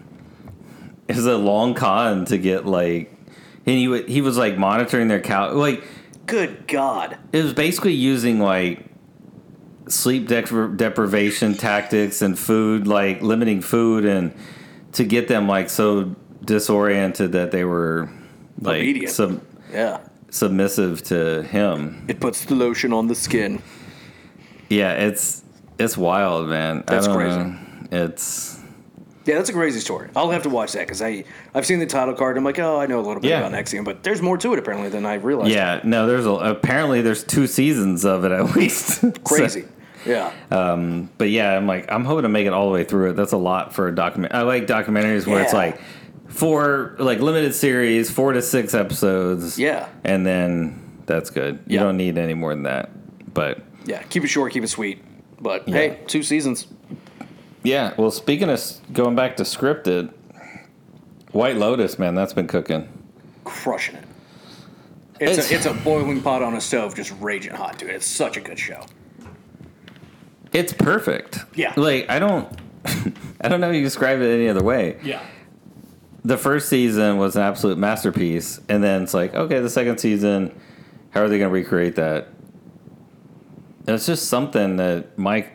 S2: it was a long con to get like, and he wa- he was like monitoring their cow. Like
S1: Good God.
S2: it was basically using like sleep depri- deprivation tactics and food, like limiting food, and to get them like so disoriented that they were like
S1: Obedient.
S2: sub-
S1: Yeah.
S2: submissive to him.
S1: It puts the lotion on the skin.
S2: Yeah, it's it's wild, man.
S1: That's
S2: I don't
S1: crazy.
S2: Know. It's
S1: Yeah, that's a crazy story. I'll have to watch that because I I've seen the title card. And I'm like, oh, I know a little bit
S2: Yeah.
S1: about Nexium, but there's more to it apparently than I realized.
S2: yeah. No, there's a, apparently there's two seasons of it at least. So-
S1: crazy. yeah,
S2: Uh, but yeah, I'm like I'm hoping to make it all the way through it. That's a lot for a document. I like documentaries where it's
S1: Yeah.
S2: like four like limited series, four to six episodes.
S1: Yeah.
S2: and then that's good. You
S1: Yeah.
S2: don't need any more than that. But
S1: yeah. Keep it short, keep it sweet. But hey, two seasons.
S2: yeah, well, speaking of s- going back to scripted, White Lotus, man, that's been cooking.
S1: crushing it. It's,
S2: It's-
S1: a, it's a boiling pot on a stove, just raging hot, dude. It's such a good show.
S2: It's perfect.
S1: Yeah.
S2: Like I don't I don't know how you describe it any other way.
S1: Yeah.
S2: The first season was an absolute masterpiece and then it's like, okay, the second season, how are they going to recreate that? And It's just something that Mike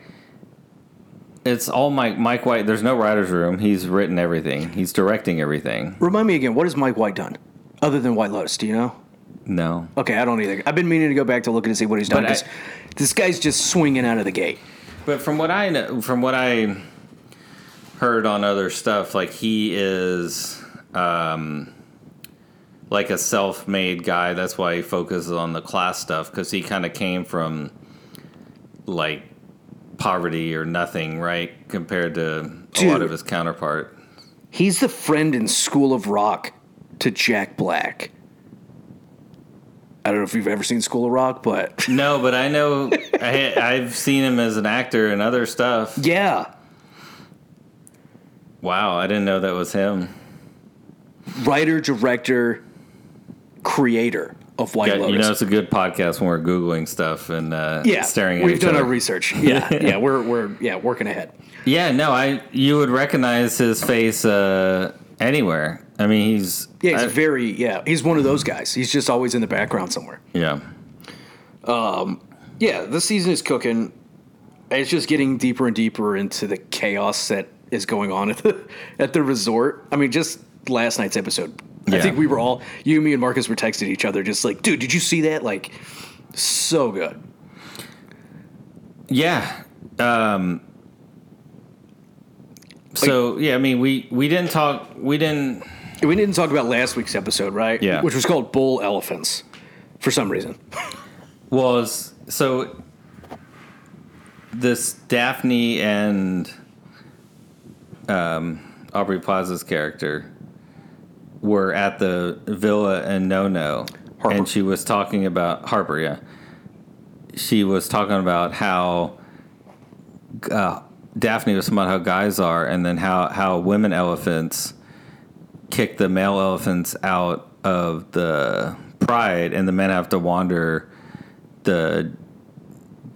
S2: it's all Mike Mike White. There's no writers room. He's written everything. He's directing everything.
S1: Remind me again, what has Mike White done other than White Lotus? Do you know?
S2: No.
S1: Okay, I don't either. I've been meaning to go back to look and see what he's done
S2: But I-
S1: 'cause this guy's just swinging out of the gate.
S2: But from what I know, from what I heard on other stuff, like he is um, like a self-made guy. That's why he focuses on the class stuff because he kind of came from like poverty or nothing, right? Compared to a lot
S1: Dude.
S2: of his counterpart.
S1: He's the friend in School of Rock to Jack Black. I don't know if you've ever seen School of Rock, but
S2: No, but I know I, I've seen him as an actor and other stuff.
S1: yeah,
S2: Wow, I didn't know that was him.
S1: writer, director, creator of White
S2: Yeah,
S1: Lotus.
S2: you know, it's a good podcast when we're googling stuff and uh,
S1: yeah,
S2: staring at
S1: we've
S2: each
S1: done
S2: other.
S1: our research. Yeah, yeah, we're we're yeah working ahead.
S2: Yeah, no, I you would recognize his face uh, anywhere. I mean, he's
S1: Yeah, he's
S2: I-
S1: very yeah. He's one of those guys. He's just always in the background somewhere.
S2: yeah,
S1: Yeah, this season is cooking. It's just getting deeper and deeper into the chaos that is going on at the at the resort. I mean, just last night's episode. I
S2: Yeah.
S1: think we were all you, me, and Marcus were texting each other, just like, dude, did you see that? Like, so good.
S2: yeah. Um, so yeah, I mean, we we didn't talk. We didn't.
S1: We didn't talk about last week's episode, right?
S2: Yeah.
S1: which was called Bull Elephants, for some reason.
S2: was so this Daphne and um, Aubrey Plaza's character were at the villa in No No,
S1: Harper.
S2: and she was talking about Harper. Yeah, she was talking about how uh, Daphne was talking about how guys are, and then how how women elephants kick the male elephants out of the pride, and the men have to wander the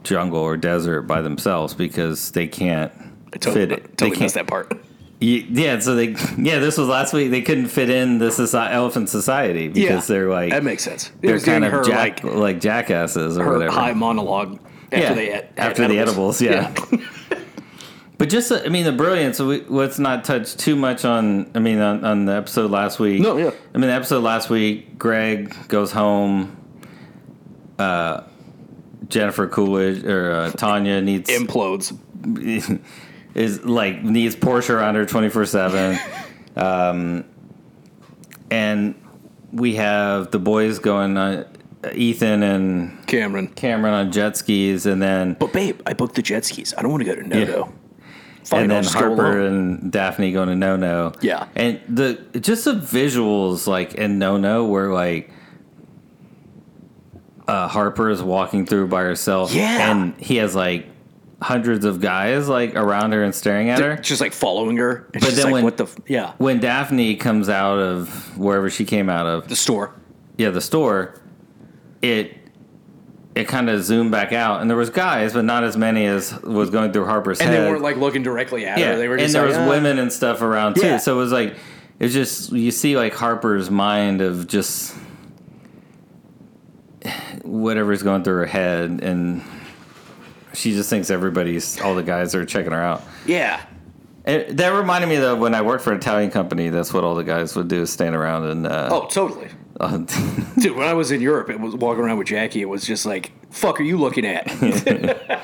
S2: jungle or desert by themselves because they can't
S1: I totally,
S2: fit it.
S1: totally
S2: they
S1: missed
S2: can't.
S1: that part.
S2: Ye- Yeah, so they yeah, this was last week. They couldn't fit in the soci- elephant society because they're like
S1: that makes sense. It
S2: they're
S1: was doing
S2: kind of
S1: her
S2: jack,
S1: like
S2: like, jackasses or
S1: her
S2: whatever.
S1: high monologue after
S2: yeah,
S1: they ate
S2: after the edibles, yeah. but just I mean the brilliance. We, let's not touch too much on I mean on, on the episode last week.
S1: No, yeah.
S2: I mean the episode last week. Greg goes home. Uh, Jennifer Coolidge or uh, Tanya needs
S1: implodes.
S2: is like needs Porsche around her twenty four seven, Um, and we have the boys going on uh, Ethan and
S1: Cameron.
S2: Cameron on jet skis, and then
S1: But babe, I booked the jet skis. I don't want to go to No No. Fine,
S2: and
S1: I'll
S2: then
S1: just go
S2: Harper
S1: alone.
S2: and Daphne going to No No.
S1: Yeah.
S2: and the just the visuals like in No No were like. Uh, Harper is walking through by herself,
S1: Yeah.
S2: and he has like hundreds of guys like around her and staring at her.
S1: just like following her. And
S2: But
S1: she's
S2: then
S1: like,
S2: when-
S1: what the f- yeah
S2: when Daphne comes out of wherever she came out of,
S1: the store.
S2: yeah, the store, it it kind of zoomed back out, and there was guys, but not as many as was going through Harper's
S1: and
S2: head.
S1: they weren't like looking directly at
S2: yeah,
S1: her. They were
S2: and
S1: just
S2: there
S1: like,
S2: was
S1: "Ah."
S2: women and stuff around too.
S1: Yeah.
S2: So it was like it was just you see like Harper's mind of just whatever's going through her head, and she just thinks everybody's all the guys are checking her out.
S1: Yeah,
S2: It, that reminded me though when I worked for an Italian company, that's what all the guys would do: is stand around and uh,
S1: Oh, totally.
S2: oh.
S1: Dude, when I was in Europe, it was walking around with Jackie. It was just like, "Fuck, are you looking at?"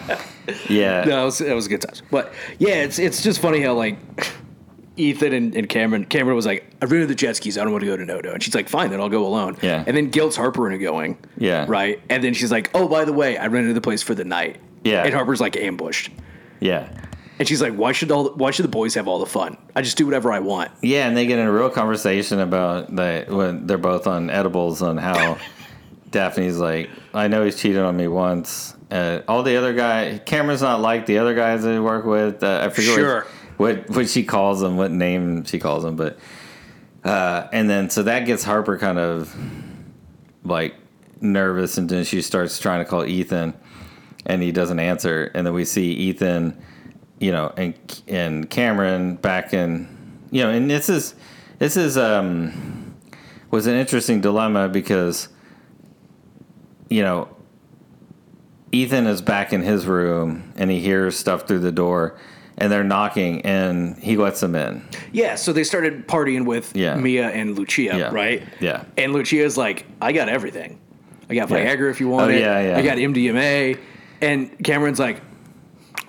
S2: yeah,
S1: no, it was, it was good times. But yeah, it's it's just funny how like Ethan and, and Cameron. Cameron was like, "I rented the jet skis. I don't want to go to Nodo," and she's like, "Fine, then I'll go alone."
S2: Yeah.
S1: And then guilts Harper into going.
S2: Yeah.
S1: Right. And then she's like, "Oh, by the way, I rented the place for the night."
S2: Yeah.
S1: And Harper's like ambushed,
S2: yeah.
S1: and she's like, "Why should all the, why should the boys have all the fun? I just do whatever I want."
S2: Yeah, and they get in a real conversation about that when they're both on edibles on how Daphne's like, I know he's cheated on me once. Uh, all the other guy, Cameron's not like the other guys that he work with. Uh, I forget what-
S1: Sure.
S2: what, what she calls them, what name she calls them, but uh, and then so that gets Harper kind of like nervous, and then she starts trying to call Ethan, and he doesn't answer, and then we see Ethan you know, and and Cameron back in, you know, and this is this is um was an interesting dilemma because you know Ethan is back in his room and he hears stuff through the door and they're knocking and he lets them in.
S1: Yeah. So they started partying with
S2: Yeah.
S1: Mia and Lucia.
S2: Yeah.
S1: Right.
S2: Yeah.
S1: And Lucia's like, I got everything. I got
S2: Yeah.
S1: Viagra if you want
S2: Oh,
S1: it.
S2: yeah, yeah.
S1: I got MDMA. And Cameron's like,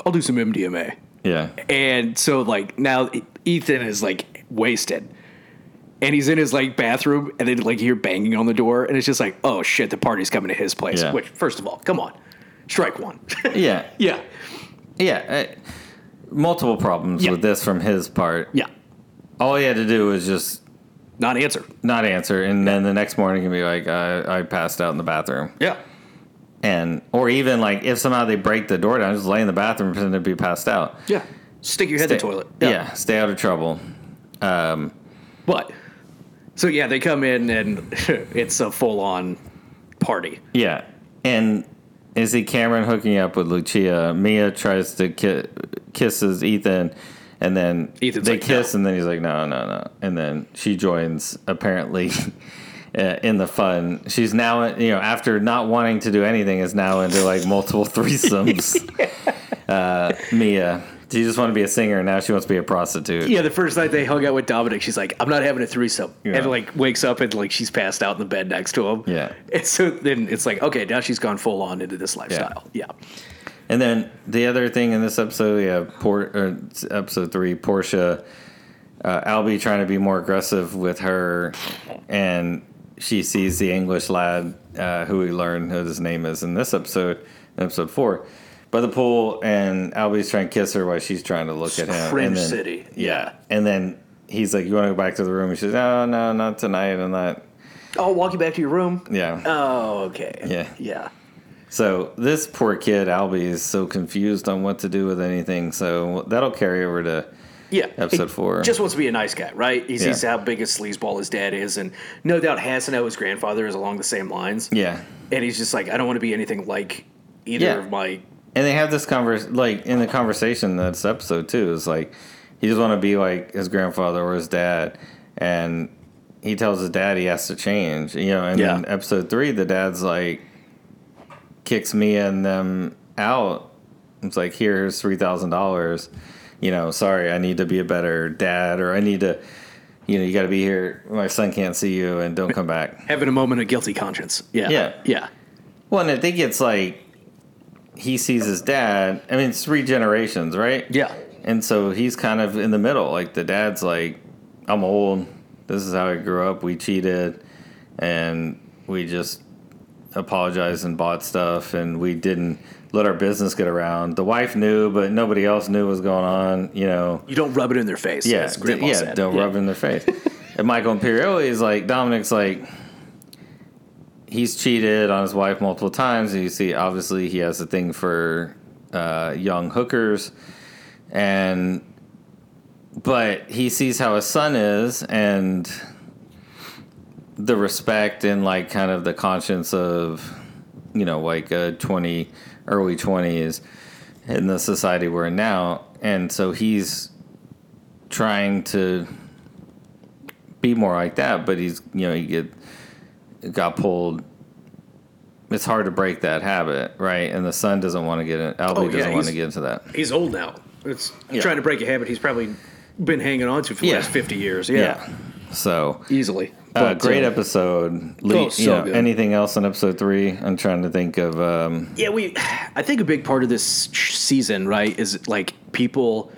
S1: I'll do some MDMA.
S2: Yeah.
S1: And so like now Ethan is like wasted. And he's in his like bathroom and they like hear banging on the door and it's just like, oh shit, the party's coming to his place.
S2: Yeah.
S1: Which first of all, come on. Strike one.
S2: Yeah.
S1: yeah.
S2: Yeah. Uh, multiple problems
S1: Yeah.
S2: with this from his part.
S1: Yeah.
S2: All he had to do was just
S1: Not answer.
S2: not answer and then the next morning he can be like I, I passed out in the bathroom.
S1: Yeah.
S2: and or even like if somehow they break the door down, just lay in the bathroom pretend to be passed out.
S1: Yeah. Stick your head in the toilet.
S2: Yeah. stay out of trouble.
S1: But so yeah, they come in and it's a full on party.
S2: Yeah, and is he Cameron hooking up with Lucia? Mia tries to ki- kisses Ethan, and then
S1: Ethan's
S2: they
S1: like,
S2: kiss, and then he's like, no, no, no, and then she joins apparently. uh, In the fun, she's now you know after not wanting to do anything is now into like multiple threesomes. uh, Mia, she just want to be a singer. Now she wants to be a prostitute.
S1: Yeah, the first night they hung out with Dominic, she's like, "I'm not having a threesome,"
S2: Yeah.
S1: and like wakes up and like she's passed out in the bed next to him.
S2: Yeah.
S1: and so then it's like, okay, now she's gone full on into this lifestyle. Yeah,
S2: And then the other thing in this episode, yeah, Por- or it's episode three, Portia, uh, Albie trying to be more aggressive with her, and she sees the English lad uh, who we learn who his name is in this episode, in episode four, by the pool, and Albie's trying to kiss her while she's trying to look at him.
S1: Cringe
S2: and then,
S1: city.
S2: Yeah, and then he's like, "You want to go back to the room?" And she's, "No, no, not tonight. I'm not."
S1: Oh, walk you back to your room.
S2: Yeah.
S1: Oh, okay.
S2: Yeah.
S1: yeah.
S2: So this poor kid Albie is so confused on what to do with anything. So that'll carry over to
S1: Yeah.
S2: Episode
S1: He
S2: four.
S1: Just wants to be a nice guy, right? He sees
S2: Yeah.
S1: how big a sleazeball his dad is, and no doubt Hasano, his grandfather, is along the same lines.
S2: yeah,
S1: And he's just like, I don't want to be anything like either
S2: Yeah.
S1: of my.
S2: and they have this converse like in the conversation that's episode two is like he just want to be like his grandfather or his dad, and he tells his dad he has to change. You know, and
S1: Yeah.
S2: then episode three, the dad's like kicks me and them out. It's like here's three thousand dollars. You know, sorry, I need to be a better dad, or I need to. You know, you got to be here. My son can't see you, and don't come back.
S1: Having a moment of guilty conscience. Yeah.
S2: Yeah.
S1: Yeah.
S2: Well, and I think it's like he sees his dad. I mean, it's three generations, right?
S1: Yeah.
S2: And so he's kind of in the middle. Like the dad's like, I'm old. This is how I grew up. We cheated, and we just apologized and bought stuff, and we didn't let our business get around. The wife knew, but nobody else knew what was going on. You know.
S1: You don't rub it in their face.
S2: Yeah,
S1: as Grandpa
S2: d- yeah,
S1: said.
S2: don't
S1: Yeah.
S2: rub it in their face. and Michael Imperioli is like Dominic's like he's cheated on his wife multiple times. And you see, obviously, he has a thing for uh, young hookers, and but he sees how his son is and the respect and like kind of the conscience of you know like uh, 20 early 20s in the society we're in now and so he's trying to be more like that but he's you know he get got pulled it's hard to break that habit right and the son doesn't want to get in albie
S1: Oh, yeah,
S2: doesn't want to
S1: he's-
S2: get into that
S1: He's old now. It's
S2: Yeah.
S1: trying to break a habit he's probably been hanging on to for the
S2: Yeah.
S1: last 50 years. Yeah.
S2: yeah, so
S1: Easily.
S2: Uh,
S1: But,
S2: great
S1: uh,
S2: episode. Le-
S1: Oh, so
S2: you know,
S1: good.
S2: Anything else in episode three? I'm trying to think of. Um,
S1: Yeah, we. I think a big part of this sh- season, right, is like people.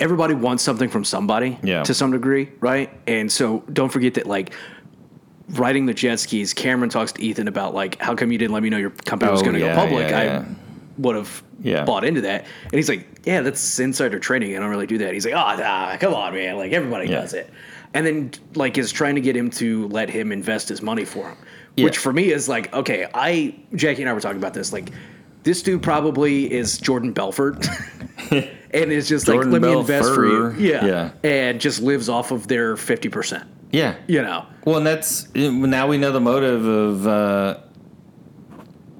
S1: Everybody wants something from somebody,
S2: Yeah.
S1: to some degree, right? And so don't forget that, like, riding the jet skis. Cameron talks to Ethan about like, how come you didn't let me know your company was
S2: Oh,
S1: going to
S2: yeah,
S1: go public?
S2: yeah,
S1: I
S2: yeah.
S1: would have
S2: Yeah.
S1: bought into that. And he's like, yeah, that's insider trading. I don't really do that. He's like, oh, nah, come on, man. Like everybody
S2: Yeah.
S1: does it. And then like is trying to get him to let him invest his money for him,
S2: Yeah.
S1: which for me is like, okay, I Jackie and I were talking about this. Like this dude probably is Jordan Belfort. and it's just
S2: Jordan
S1: like, let me invest for you.
S2: Belfort.
S1: Yeah.
S2: Yeah.
S1: And just lives off of their 50%,
S2: yeah.
S1: you know?
S2: Well, and that's now we know the motive of uh,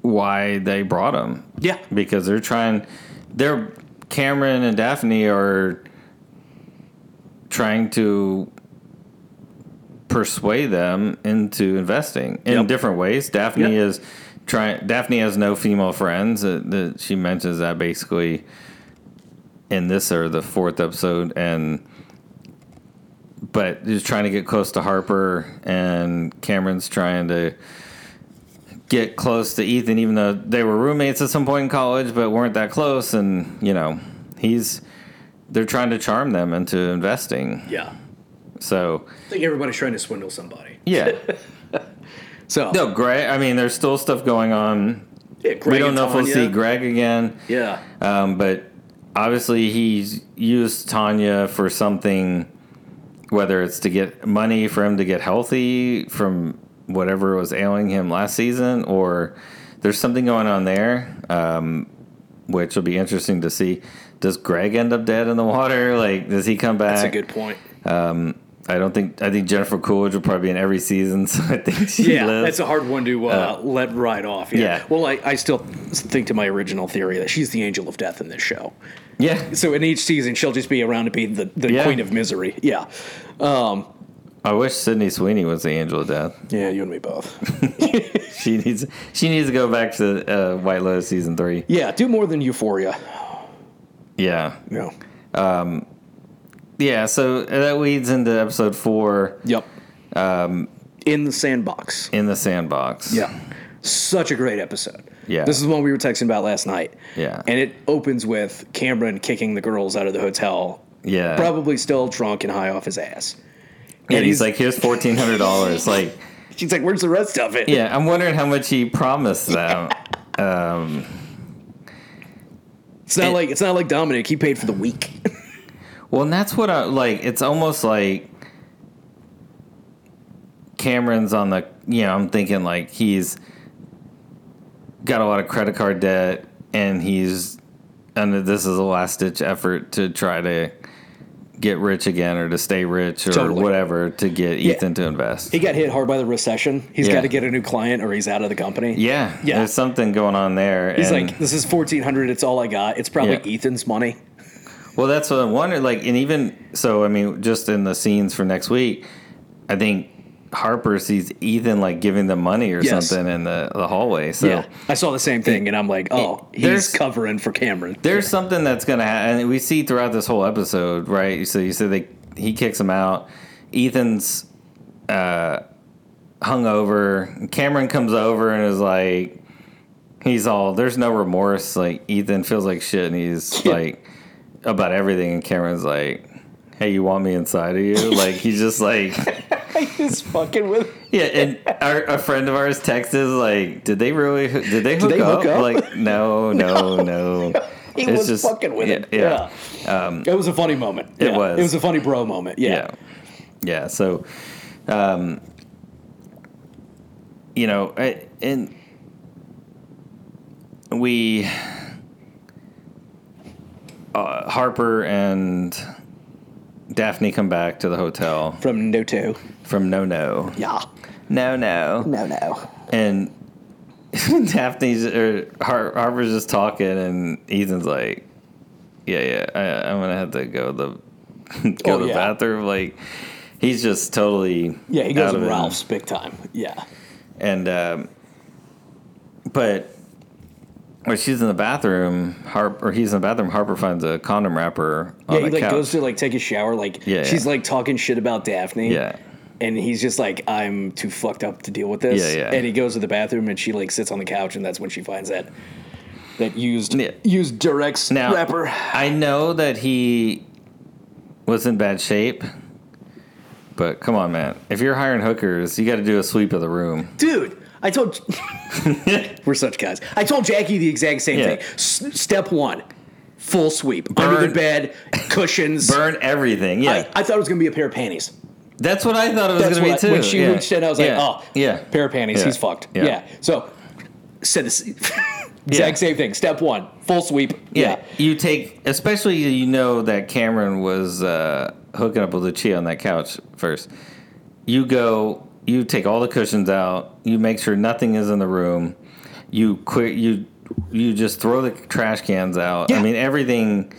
S2: why they brought him
S1: Yeah.
S2: because they're trying. They're Cameron and Daphne are trying to persuade them into investing in
S1: Yep.
S2: different ways. Daphne
S1: Yep.
S2: is trying. Daphne has no female friends. Uh, the, she mentions that basically in this or the fourth episode, and but is trying to get close to Harper, and Cameron's trying to get close to Ethan, even though they were roommates at some point in college, but weren't that close. And you know, he's they're trying to charm them into investing.
S1: Yeah.
S2: So
S1: I think everybody's trying to swindle somebody.
S2: yeah,
S1: So
S2: no, Greg. I mean, there's still stuff going on.
S1: yeah,
S2: we
S1: Greg
S2: don't
S1: and
S2: know if we'll
S1: Tanya.
S2: see Greg again,
S1: Yeah.
S2: um, but obviously he's used Tanya for something, whether it's to get money for him to get healthy from whatever was ailing him last season, or there's something going on there, um, which will be interesting to see. Does Greg end up dead in the water? Like, does he come back?
S1: That's a good point.
S2: I don't think. I think Jennifer Coolidge will probably be in every season, so I think she
S1: Yeah,
S2: lives.
S1: that's a hard one to uh, let ride off. Yeah.
S2: yeah.
S1: Well, I, I still think to my original theory that she's the angel of death in this show.
S2: yeah,
S1: So in each season, she'll just be around to be the, the
S2: Yeah.
S1: queen of misery. Yeah. Um,
S2: I wish Sydney Sweeney was the angel of death.
S1: yeah, you and me both.
S2: She needs she needs to go back to uh, White Lotus season three.
S1: yeah, do more than Euphoria.
S2: Yeah,
S1: Yeah.
S2: yeah. So that leads into episode four
S1: Yep. Um, in the sandbox.
S2: in the sandbox.
S1: Yeah. Such a great episode.
S2: Yeah.
S1: This is one we were texting about last night.
S2: Yeah.
S1: And it opens with Cameron kicking the girls out of the hotel,
S2: yeah.
S1: probably still drunk and high off his ass.
S2: and he's, like, here's fourteen hundred dollars. like,
S1: she's like, where's the rest of it?
S2: yeah, I'm wondering how much he promised them.
S1: It's not like it's not like Dominic. He paid for the week.
S2: Well, and that's what I like. It's almost like Cameron's on the. You know, I'm thinking like he's got a lot of credit card debt, and he's and this is a last ditch effort to try to get rich again or to stay rich or
S1: Totally.
S2: whatever to get
S1: Yeah.
S2: Ethan to invest.
S1: he got hit hard by the recession. He's
S2: Yeah.
S1: got to get a new client or he's out of the company.
S2: yeah,
S1: Yeah.
S2: There's something going on there.
S1: He's
S2: and-
S1: like, this is fourteen hundred. It's all I got. It's probably
S2: Yeah.
S1: Ethan's money.
S2: Well, that's what I wondered. Like, and even so, I mean, just in the scenes for next week, I think Harper sees Ethan like giving them money or
S1: Yes.
S2: something in the, the hallway. So
S1: yeah, I saw the same thing, and I'm like, oh,
S2: there's-
S1: he's covering for Cameron.
S2: there's something that's gonna happen. And we see throughout this whole episode, right? So you said they he kicks him out. Ethan's uh, hungover. Cameron comes over and is like, he's all there's no remorse. Like Ethan feels like shit, and he's like about everything. And Cameron's like, hey, you want me inside of you? like he's just like.
S1: he's fucking with.
S2: Yeah, and our, a friend of ours texted us, like, did they really hoo- did they hook,
S1: they
S2: up?
S1: hook up?
S2: Like, no, no, no.
S1: He
S2: It's
S1: was
S2: just-
S1: fucking with
S2: yeah,
S1: it.
S2: Yeah, Um,
S1: It was a funny moment.
S2: It
S1: Yeah.
S2: was.
S1: It was a funny bro moment. Yeah.
S2: yeah, yeah. So, um, you know, I, and we uh, Harper and Daphne come back to the hotel
S1: From No Two.
S2: from No No
S1: Yeah.
S2: No No,
S1: No No.
S2: and Daphne's or Har- Harper's just talking, and Ethan's like, "Yeah, yeah, I, I'm gonna have to go the go
S1: Oh,
S2: to the
S1: yeah.
S2: bathroom." Like, he's just totally
S1: Yeah, he goes
S2: out
S1: to
S2: of it.
S1: Ralph's big time. Yeah.
S2: and um, but when she's in the bathroom, Harp or he's in the bathroom. Harper finds a condom wrapper on
S1: Yeah,
S2: the
S1: he like
S2: couch.
S1: goes to like take a shower. Like
S2: Yeah,
S1: she's
S2: yeah.
S1: like talking shit about Daphne.
S2: yeah,
S1: And he's just like, I'm too fucked up to deal with this.
S2: Yeah, yeah.
S1: And he goes to the bathroom and she like sits on the couch and that's when she finds that that used
S2: Yeah.
S1: used Durex
S2: now
S1: wrapper.
S2: I know that he was in bad shape, but come on, man! If you're hiring hookers, you got to do a sweep of the room.
S1: Dude, I told We're such guys. I told Jackie the exact same
S2: Yeah.
S1: thing. S- step one, full sweep. Under
S2: Burn-
S1: the bed, cushions.
S2: Burn everything. Yeah,
S1: I, I thought it was gonna be a pair of panties.
S2: that's what I thought it was
S1: That's
S2: going to be
S1: what I,
S2: too.
S1: when she
S2: yeah.
S1: reached in, I was
S2: Yeah.
S1: like, oh,
S2: yeah,
S1: pair of panties.
S2: Yeah.
S1: He's fucked.
S2: Yeah.
S1: Yeah. So said this exact same thing. Step one, full sweep.
S2: Yeah. you take, especially you know that Cameron was uh, hooking up with Lucia on that couch first. You go, you take all the cushions out, you make sure nothing is in the room, you quit, you you just throw the trash cans out. I
S1: Yeah.
S2: mean, everything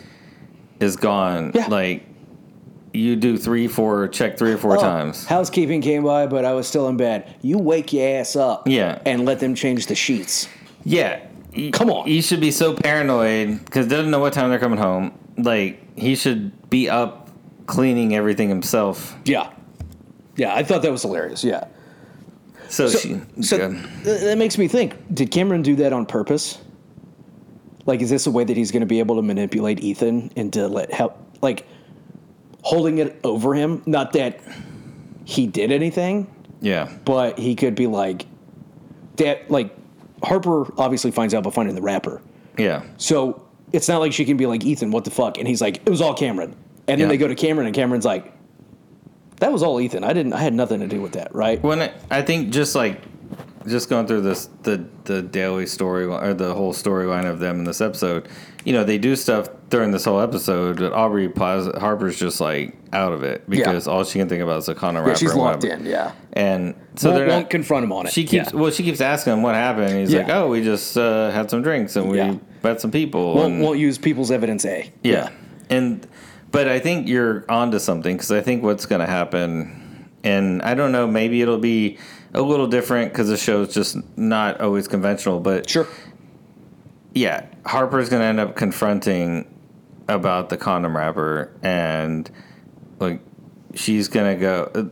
S2: is gone.
S1: Yeah.
S2: Like you do three, four, check three or four
S1: Oh,
S2: times.
S1: Housekeeping came by, but I was still in bed. You wake your ass up.
S2: Yeah.
S1: And let them change the sheets.
S2: Yeah. Y-
S1: Come on.
S2: You should be so paranoid because doesn't know what time they're coming home. Like he should be up cleaning everything himself.
S1: Yeah. Yeah, I thought that was hilarious. Yeah.
S2: So,
S1: So,
S2: she.
S1: so
S2: yeah.
S1: th- that makes me think did Cameron do that on purpose? Like, is this a way that he's going to be able to manipulate Ethan into let help, like, holding it over him? Not that he did anything,
S2: yeah.
S1: but he could be like, that, like, Harper obviously finds out by finding the rapper.
S2: Yeah.
S1: So it's not like she can be like, Ethan, what the fuck? And he's like, it was all Cameron. And then
S2: Yeah.
S1: they go to Cameron, and Cameron's like, that was all Ethan. I didn't, I had nothing to do with that, right?
S2: When I, I think just like just going through this the the daily story or the whole storyline of them in this episode, you know they do stuff during this whole episode, but Aubrey Plaza, Harper's just like out of it because all she can think about is a condom
S1: Yeah,
S2: wrapper
S1: she's
S2: and
S1: locked
S2: whatever.
S1: in, yeah.
S2: And so
S1: won't,
S2: they're not
S1: won't confront him on it.
S2: She keeps
S1: Yeah.
S2: well. She keeps asking him what happened. And he's
S1: Yeah.
S2: like, "Oh, we just uh, had some drinks and we
S1: Yeah.
S2: met some people."
S1: won't,
S2: and-
S1: won't use people's evidence A.
S2: yeah. and but I think you're onto something because I think what's going to happen, and I don't know, maybe it'll be a little different because the show's just not always conventional. But
S1: Sure.
S2: yeah, Harper's going to end up confronting about the condom wrapper, and like she's going to go. uh,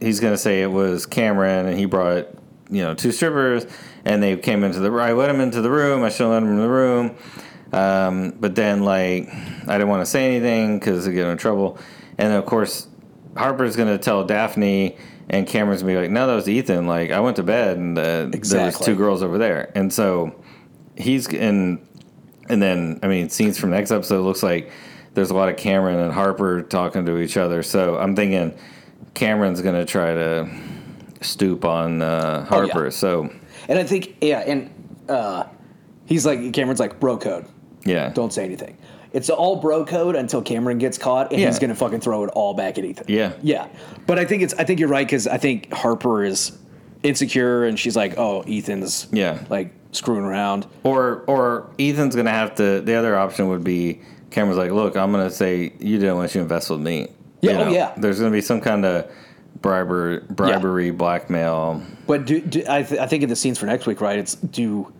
S2: He's going to say it was Cameron, and he brought you know two strippers, and they came into the. I let him into the room. I shouldn't let him in the room. Um, but then like I didn't want to say anything because I get in trouble. And then, of course, Harper's going to tell Daphne. And Cameron's gonna be like, no, that was Ethan. Like, I went to bed, and uh there was
S1: Exactly.
S2: two girls over there. And so, he's in and then i mean scenes from next episode looks like there's a lot of cameron and harper talking to each other so i'm thinking cameron's going to try to stoop on uh,
S1: Oh, yeah.
S2: harper so
S1: And I think, yeah, and uh, he's like, Cameron's like, bro code.
S2: yeah
S1: Don't say anything. It's all bro code until Cameron gets caught, and
S2: Yeah.
S1: he's going to fucking throw it all back at Ethan.
S2: Yeah.
S1: yeah. But I think it's, I think you're right because I think Harper is insecure, and she's like, oh, Ethan's,
S2: Yeah.
S1: like screwing around.
S2: or or ethan's going to have to the other option would be cameron's like look i'm going to say you didn't want you to invest with me
S1: Yeah,
S2: You
S1: oh, yeah.
S2: there's going to be some kind of bribery bribery blackmail
S1: But do, do I, th- I think in the scenes for next week, right? It's do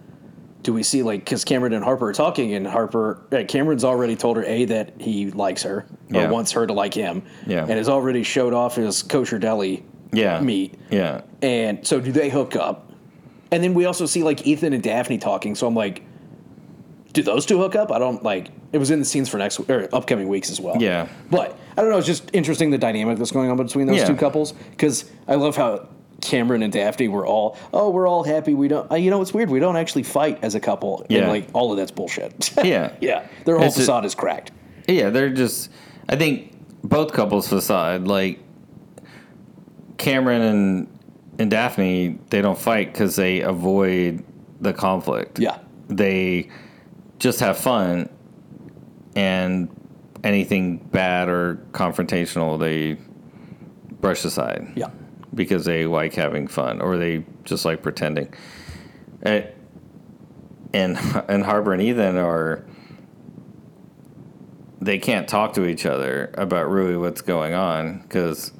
S1: do we see like because Cameron and Harper are talking, and Harper uh, Cameron's already told her a that he likes her or
S2: Yeah.
S1: wants her to like him,
S2: Yeah.
S1: and has already showed off his kosher deli
S2: yeah
S1: meat,
S2: yeah
S1: and so do they hook up? And then we also see like Ethan and Daphne talking, so I'm like, do those two hook up? I don't like. It was in the scenes for next or upcoming weeks as well.
S2: Yeah.
S1: But I don't know. It's just interesting the dynamic that's going on between those
S2: Yeah.
S1: two couples because I love how Cameron and Daphne were all, oh, we're all happy. We don't, uh, you know, it's weird. We don't actually fight as a couple.
S2: Yeah.
S1: And like all of that's bullshit.
S2: Yeah.
S1: yeah. Their whole
S2: It's a-
S1: facade is cracked.
S2: Yeah, they're just. I think both couples' facade, like Cameron and and Daphne, they don't fight because they avoid the conflict.
S1: Yeah.
S2: they just have fun, and anything bad or confrontational, they brush aside
S1: Yeah.
S2: because they like having fun or they just like pretending. Uh, and and Harper and Ethan are they can't talk to each other about really what's going on because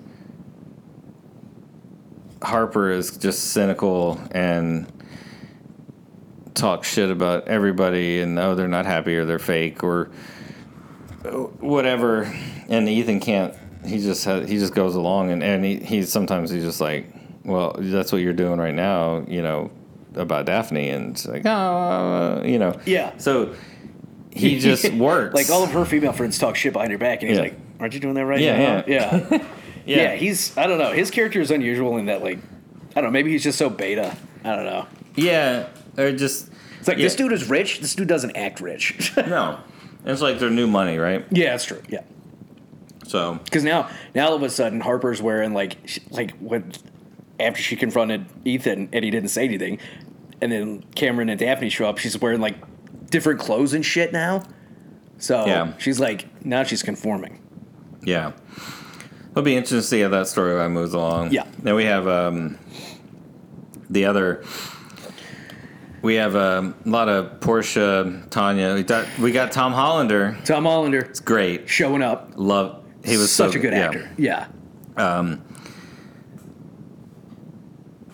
S2: Harper is just cynical and talks shit about everybody and oh they're not happy or they're fake or whatever and Ethan can't he just has, he just goes along and and he, he sometimes he's just like well that's what you're doing right now you know about Daphne and it's like oh you know
S1: Yeah.
S2: so he just works
S1: Like all of her female friends talk shit behind her back, and he's
S2: Yeah.
S1: like, "Aren't you doing that right
S2: Yeah,
S1: now?"
S2: yeah.
S1: yeah. yeah, he's I don't know. His character is unusual in that like I don't know, maybe he's just so beta. I don't know.
S2: yeah or just
S1: It's like
S2: Yeah.
S1: this dude is rich, this dude doesn't act rich.
S2: no it's like their new money right
S1: yeah, that's true. Yeah.
S2: so
S1: Cuz now now all of a sudden Harper's wearing like sh- like when after she confronted Ethan and he didn't say anything and then Cameron and Daphne show up, she's wearing like different clothes and shit now. So
S2: Yeah.
S1: she's like now she's conforming.
S2: Yeah. It'll be interesting to see how that storyline moves along.
S1: Yeah.
S2: Then we have um, the other. We have um, a lot of Portia, Tanya. We got, we got Tom Hollander.
S1: Tom Hollander
S2: It's great.
S1: showing up.
S2: Love. He was
S1: such
S2: so-
S1: a good
S2: yeah.
S1: actor. Yeah.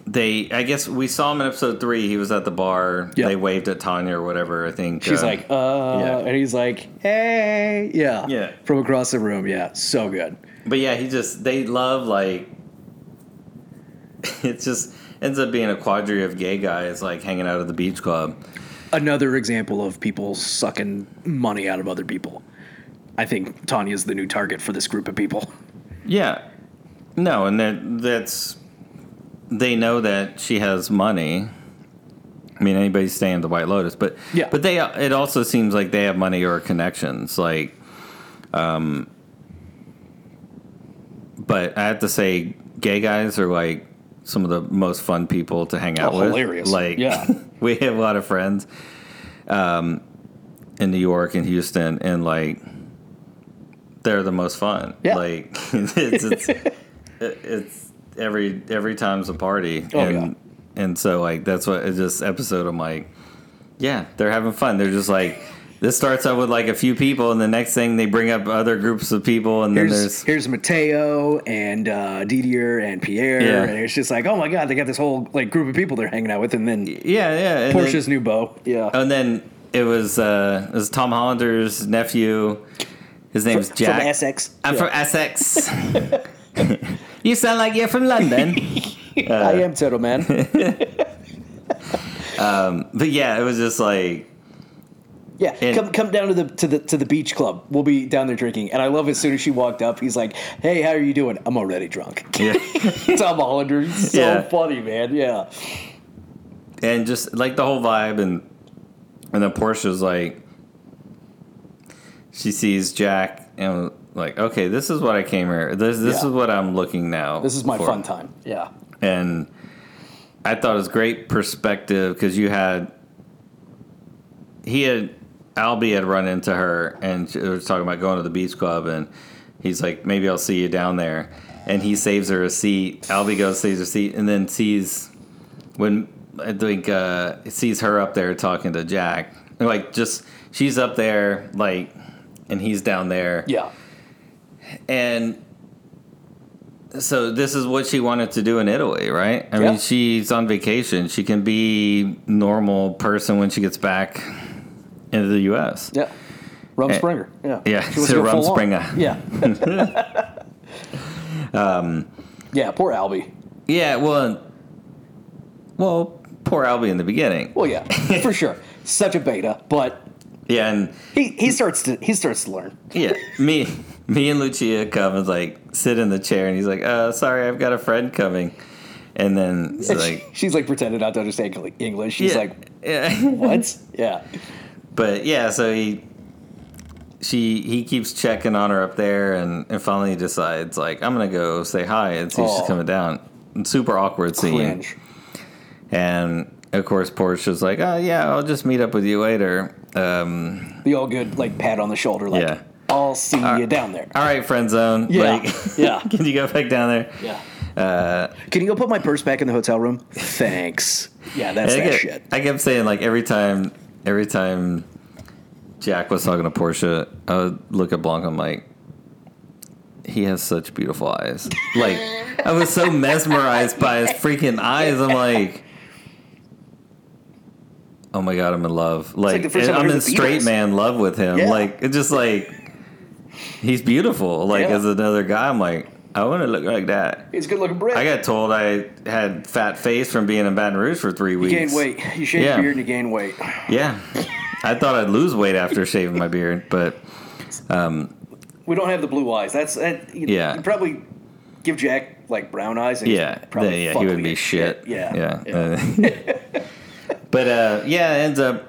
S2: They, I guess we saw him in episode three. He was at the bar.
S1: Yeah.
S2: They waved at Tanya or whatever. I think
S1: She's
S2: uh,
S1: like, uh,
S2: yeah.
S1: and he's like, hey, yeah,
S2: Yeah.
S1: from across the room, yeah, so good.
S2: But yeah, he just they love like it just ends up being a quadri of gay guys like hanging out at the beach club.
S1: Another example of people sucking money out of other people. I think Tanya's the new target for this group of people.
S2: Yeah. No, and that that's they know that she has money. I mean, anybody's staying at the White Lotus, but
S1: Yeah.
S2: but they it also seems like they have money or connections, like. Um, but I have to say, gay guys are like some of the most fun people to hang out
S1: Oh,
S2: with.
S1: hilarious.
S2: Like,
S1: Yeah.
S2: we have a lot of friends, um, in New York and Houston, and like, they're the most fun.
S1: Yeah.
S2: Like, it's, it's it- it's every every time's a party
S1: Oh,
S2: and and so like that's what it's this episode i'm like yeah they're having fun they're just like this starts out with like a few people and the next thing they bring up other groups of people and then
S1: Here's,
S2: there's
S1: here's Mateo and uh, Didier and Pierre,
S2: Yeah.
S1: and it's just like, oh my god, they got this whole like group of people they're hanging out with, and then
S2: yeah yeah and
S1: Portia's new beau, yeah,
S2: then, and then it was uh it was tom hollander's nephew his name's jack
S1: from Essex.
S2: i'm
S1: Yeah.
S2: from essex you sound like you're from london
S1: I am Turtle Man.
S2: but yeah it was just like
S1: Yeah,
S2: And-
S1: come come down to the to the to the beach club. We'll be down there drinking. And I love as soon as she walked up, he's like, "Hey, how are you doing? I'm already drunk."
S2: yeah
S1: Tom Hollander, he's so
S2: Yeah.
S1: funny, man. Yeah,
S2: and just like the whole vibe and and then Portia's like she sees Jack and like okay this is what I came here this this
S1: Yeah.
S2: is what I'm looking now
S1: this is my
S2: for."
S1: fun time. Yeah,
S2: and I thought it was great perspective because you had he had Albie had run into her and she was talking about going to the beach club and he's like maybe I'll see you down there and he saves her a seat Albie goes saves her a seat and then sees when I think uh, sees her up there talking to Jack And, like just she's up there like and he's down there
S1: yeah,
S2: and so this is what she wanted to do in Italy, right? I
S1: Yeah.
S2: mean, she's on vacation. She can be normal person when she gets back into the U.S.
S1: yeah. Rum Springer. Yeah,
S2: Eh, yeah,
S1: She wants
S2: so
S1: to go full on.
S2: Rumspringa.
S1: Yeah. um.
S2: Um,
S1: Yeah, poor Albie.
S2: Yeah, well, well, poor Albie in the beginning.
S1: Well, yeah, for sure. Such a beta, but
S2: Yeah, and
S1: he, he starts to he starts to learn.
S2: yeah, me, me and Lucia come and like sit in the chair, and he's like, "Uh, sorry, I've got a friend coming," and then it's like,
S1: she's like pretending not to understand English. She's
S2: yeah,
S1: like,
S2: yeah.
S1: "What?" Yeah,
S2: but yeah, so he she he keeps checking on her up there and, and finally he decides like I'm gonna go say hi and see if
S1: Oh.
S2: she's coming down. Super awkward scene.
S1: cringe.
S2: And of course Portia's like, Oh yeah, I'll just meet up with you later. Um,
S1: the all good like pat on the shoulder, like
S2: Yeah. Uh,
S1: I'll see you down there.
S2: all right, friend zone.
S1: Yeah.
S2: Like
S1: Yeah.
S2: can you go back down there?
S1: Yeah.
S2: uh,
S1: Can you go put my purse back in the hotel room? Thanks. Yeah, that's
S2: I
S1: that
S2: kept-
S1: shit.
S2: I kept saying like every time, every time Jack was talking to Portia, I would look at Blanc. I'm like, he has such beautiful eyes. Like I was so mesmerized by his freaking eyes. I'm like. Oh my god, I'm in love. Like,
S1: the first time I
S2: I'm
S1: heard
S2: in
S1: the
S2: straight
S1: Beatles.
S2: man love with him.
S1: Yeah.
S2: Like it's just like he's beautiful. Like
S1: Yeah.
S2: as another guy, I'm like, I want to look like that.
S1: He's a good looking Brit.
S2: I got told I had fat face from being in Baton Rouge for three weeks.
S1: you gain weight. You shave
S2: Yeah.
S1: your beard and you gain weight.
S2: Yeah, I thought I'd lose weight after shaving my beard, but
S1: We don't have the blue eyes. That's that. You,
S2: Yeah.
S1: You probably give Jack like brown eyes. And he's
S2: yeah,
S1: probably
S2: yeah,
S1: fuck
S2: he would
S1: me
S2: be
S1: as
S2: shit.
S1: Yeah.
S2: yeah. Uh, but uh, yeah, it ends up,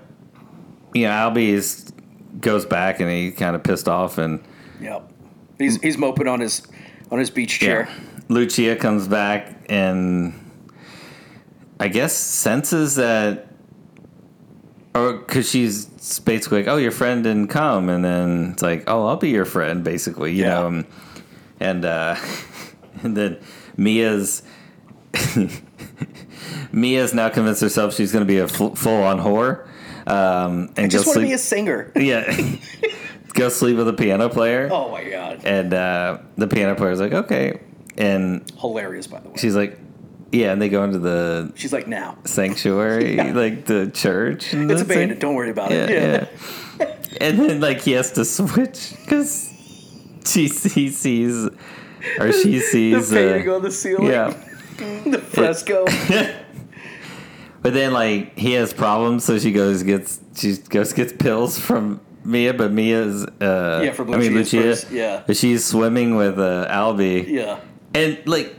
S2: you know, Albie is, goes back and he kind of pissed off, and
S1: Yep. He's he's moping on his on his beach chair.
S2: Lucia comes back and I guess senses that, or because she's basically like, "Oh, your friend didn't come," and then it's like, "Oh, I'll be your friend," basically, you
S1: Yeah.
S2: know, um, and uh, and then Mia's. Mia's now convinced herself she's going to be a full on whore, um, and
S1: Just
S2: go
S1: want to be a
S2: sleep.
S1: singer.
S2: yeah, go sleep with a piano player.
S1: Oh my god.
S2: And uh, the piano player's like, okay. And
S1: Hilarious, by the way.
S2: she's like, yeah. And they go into the
S1: She's like, now
S2: sanctuary, like the church. and
S1: it's
S2: the thing.
S1: abandoned. Don't worry about
S2: Yeah,
S1: it. Yeah.
S2: yeah. and then, like, he has to switch because she he sees, or she sees.
S1: The painting
S2: uh,
S1: on the ceiling.
S2: yeah.
S1: The fresco.
S2: But then, like, he has problems, so she goes gets she goes gets pills from Mia, but Mia's uh,
S1: Yeah, from
S2: I mean
S1: Lucia's
S2: Lucia,
S1: first, yeah.
S2: but she's swimming with uh, Albie,
S1: yeah.
S2: and like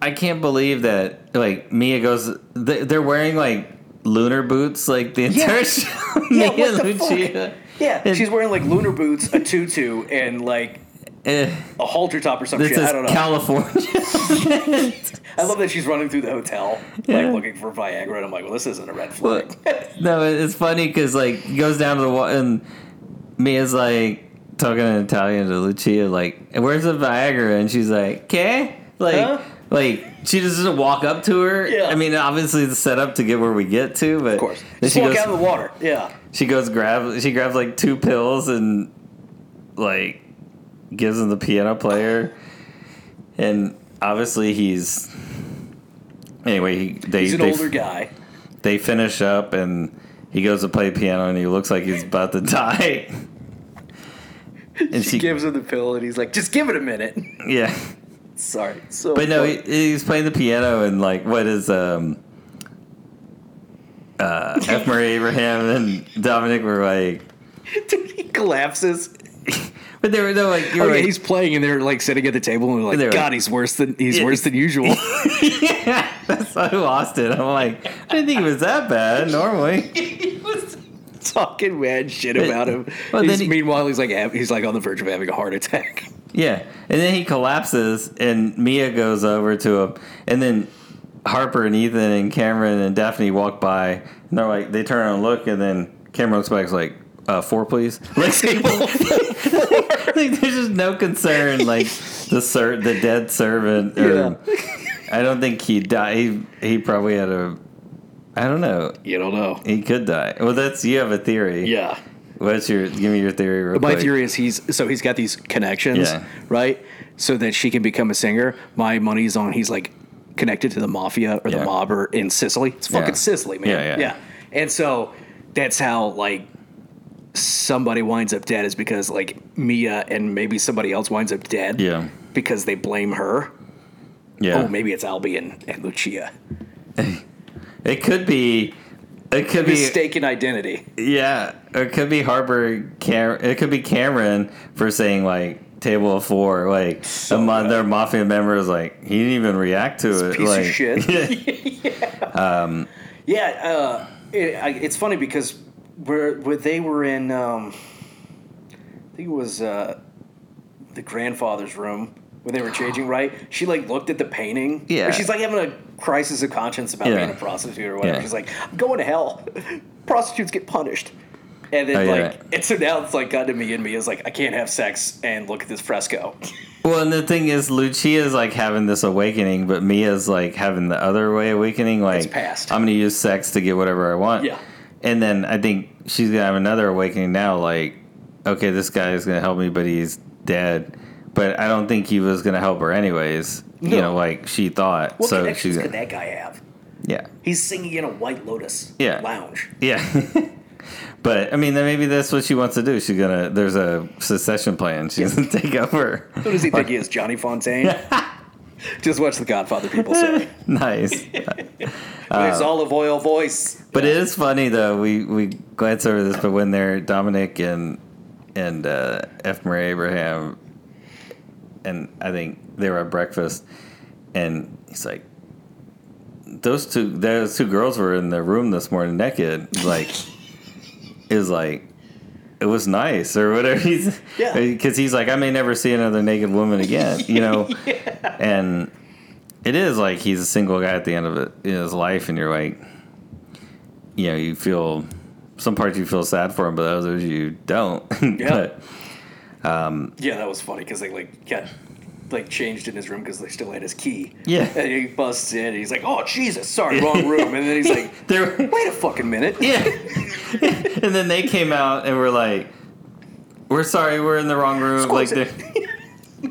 S2: i can't believe that like mia goes they- they're wearing like lunar boots like the entire show
S1: Yeah,
S2: Mia
S1: what the fuck?
S2: Lucia.
S1: Yeah.
S2: And-
S1: she's wearing like lunar boots, a tutu, and like
S2: Eh,
S1: a halter top or some
S2: this
S1: shit.
S2: is
S1: I don't know.
S2: california
S1: I love that she's running through the hotel,
S2: Yeah.
S1: like looking for Viagra, and I'm like, well, this isn't a red flag.
S2: But- no it- it's funny because like he goes down to the water and mia's like talking in italian to lucia like where's the viagra and she's like okay like
S1: Huh?
S2: Like she just doesn't walk up to her.
S1: Yeah.
S2: I mean, obviously it's set up to get where we get to, but
S1: of course,
S2: then
S1: just
S2: she
S1: walk
S2: goes,
S1: out in the water. Yeah.
S2: she goes grab she grabs like two pills and like gives him the piano player and obviously he's anyway he they
S1: He's an
S2: they,
S1: older guy.
S2: they finish up and he goes to play piano and he looks like he's about to die and she,
S1: She gives him the pill, and he's like, just give it a minute.
S2: yeah
S1: Sorry. So,
S2: but no
S1: funny.
S2: he, he's playing the piano and like what is um uh, F. Murray Abraham and Dominic were like,
S1: Dude, he collapses.
S2: but they were no like, you
S1: Oh
S2: were
S1: yeah,
S2: like
S1: he's playing, and they're like sitting at the table, and we're
S2: They're
S1: like,
S2: like-
S1: God, he's worse than he's
S2: Yeah.
S1: worse than usual.
S2: yeah, that's why I lost it. I'm like, I didn't think it was that bad normally.
S1: he was talking mad shit
S2: But-
S1: about him.
S2: well, then
S1: He's-
S2: he-
S1: meanwhile, he's like hav- he's like on the verge of having a heart attack.
S2: Yeah. And then he collapses, and Mia goes over to him. And then Harper and Ethan and Cameron and Daphne walk by, and they're like, they turn around and look, and then Cameron looks back, is like, uh, four, please. Like, like, there's just no concern. Like, the ser- the dead servant. Or, I don't think he died. He, he probably had a. I don't know.
S1: you don't know.
S2: He could die. Well, that's you have a theory.
S1: Yeah.
S2: What's your give me your theory? Real
S1: My
S2: quick.
S1: theory is he's so he's got these connections,
S2: Yeah.
S1: right? So that she can become a singer. My money's on he's like connected to the mafia or
S2: Yeah.
S1: the mob or in Sicily. It's fucking
S2: Yeah.
S1: Sicily, man.
S2: Yeah, yeah.
S1: And so that's how like somebody winds up dead is because like Mia and maybe somebody else winds up dead.
S2: Yeah.
S1: Because they blame her.
S2: Yeah,
S1: Oh, maybe it's Albie and, and Lucia.
S2: it could be. It could be
S1: Mistaken identity.
S2: yeah. It could be Harper. Cam- it could be Cameron for saying like table of four. Like a mon-
S1: bad.
S2: their mafia member is like he didn't even react to it.
S1: piece of
S2: like,
S1: shit. Yeah, uh, it, I, it's funny because where where they were in, um, I think it was uh, the grandfather's room when they were changing. Right, she like looked at the painting.
S2: Yeah.
S1: Or she's like having a crisis of conscience about
S2: Yeah.
S1: being a prostitute or whatever.
S2: Yeah.
S1: She's like, I'm going to hell. Prostitutes get punished. And then
S2: Oh, yeah,
S1: like,
S2: right.
S1: and so now it's like got to me and me is like, I can't have sex and look at this fresco.
S2: Well, and the thing is, Lucia's like having this awakening, but Mia's like having the other way awakening. Like,
S1: past.
S2: I'm going to use sex to get whatever I want.
S1: Yeah.
S2: And then I think she's going to have another awakening now. Like, okay, this guy is going to help me, but he's dead. But I don't think he was going to help her anyways.
S1: No.
S2: You know, like she thought.
S1: What
S2: so
S1: connections
S2: she's gonna,
S1: could that guy have?
S2: yeah,
S1: He's singing in a White Lotus
S2: Yeah.
S1: lounge.
S2: yeah. but I mean, then maybe that's what she wants to do. She's gonna. There's a secession plan. She's gonna take over.
S1: Who does he think he is, Johnny Fontaine? Just watch The Godfather, people say.
S2: nice. Oh.
S1: There's olive oil voice.
S2: But it is funny though. We we glance over this, but when they're Dominic and and uh, F. Murray Abraham, and I think they were at breakfast, and he's like, "Those two, those two girls were in the room this morning naked." Like, it was like. It was nice, or whatever. He's
S1: Yeah.
S2: because he's like, I may never see another naked woman again, you know. And it is like he's a single guy at the end of it, in his life, and you're like, you know, you feel some parts you feel sad for him, but others you don't.
S1: Yeah.
S2: but
S1: Yeah, that was funny because they like got like changed in his room because they still had his key.
S2: Yeah.
S1: and he busts in. and He's like, "Oh Jesus, sorry, wrong room." And then he's like,
S2: there,
S1: "Wait a fucking minute."
S2: yeah. and then they came out and were like, "We're sorry, we're in the wrong room." Like,
S1: course
S2: they're-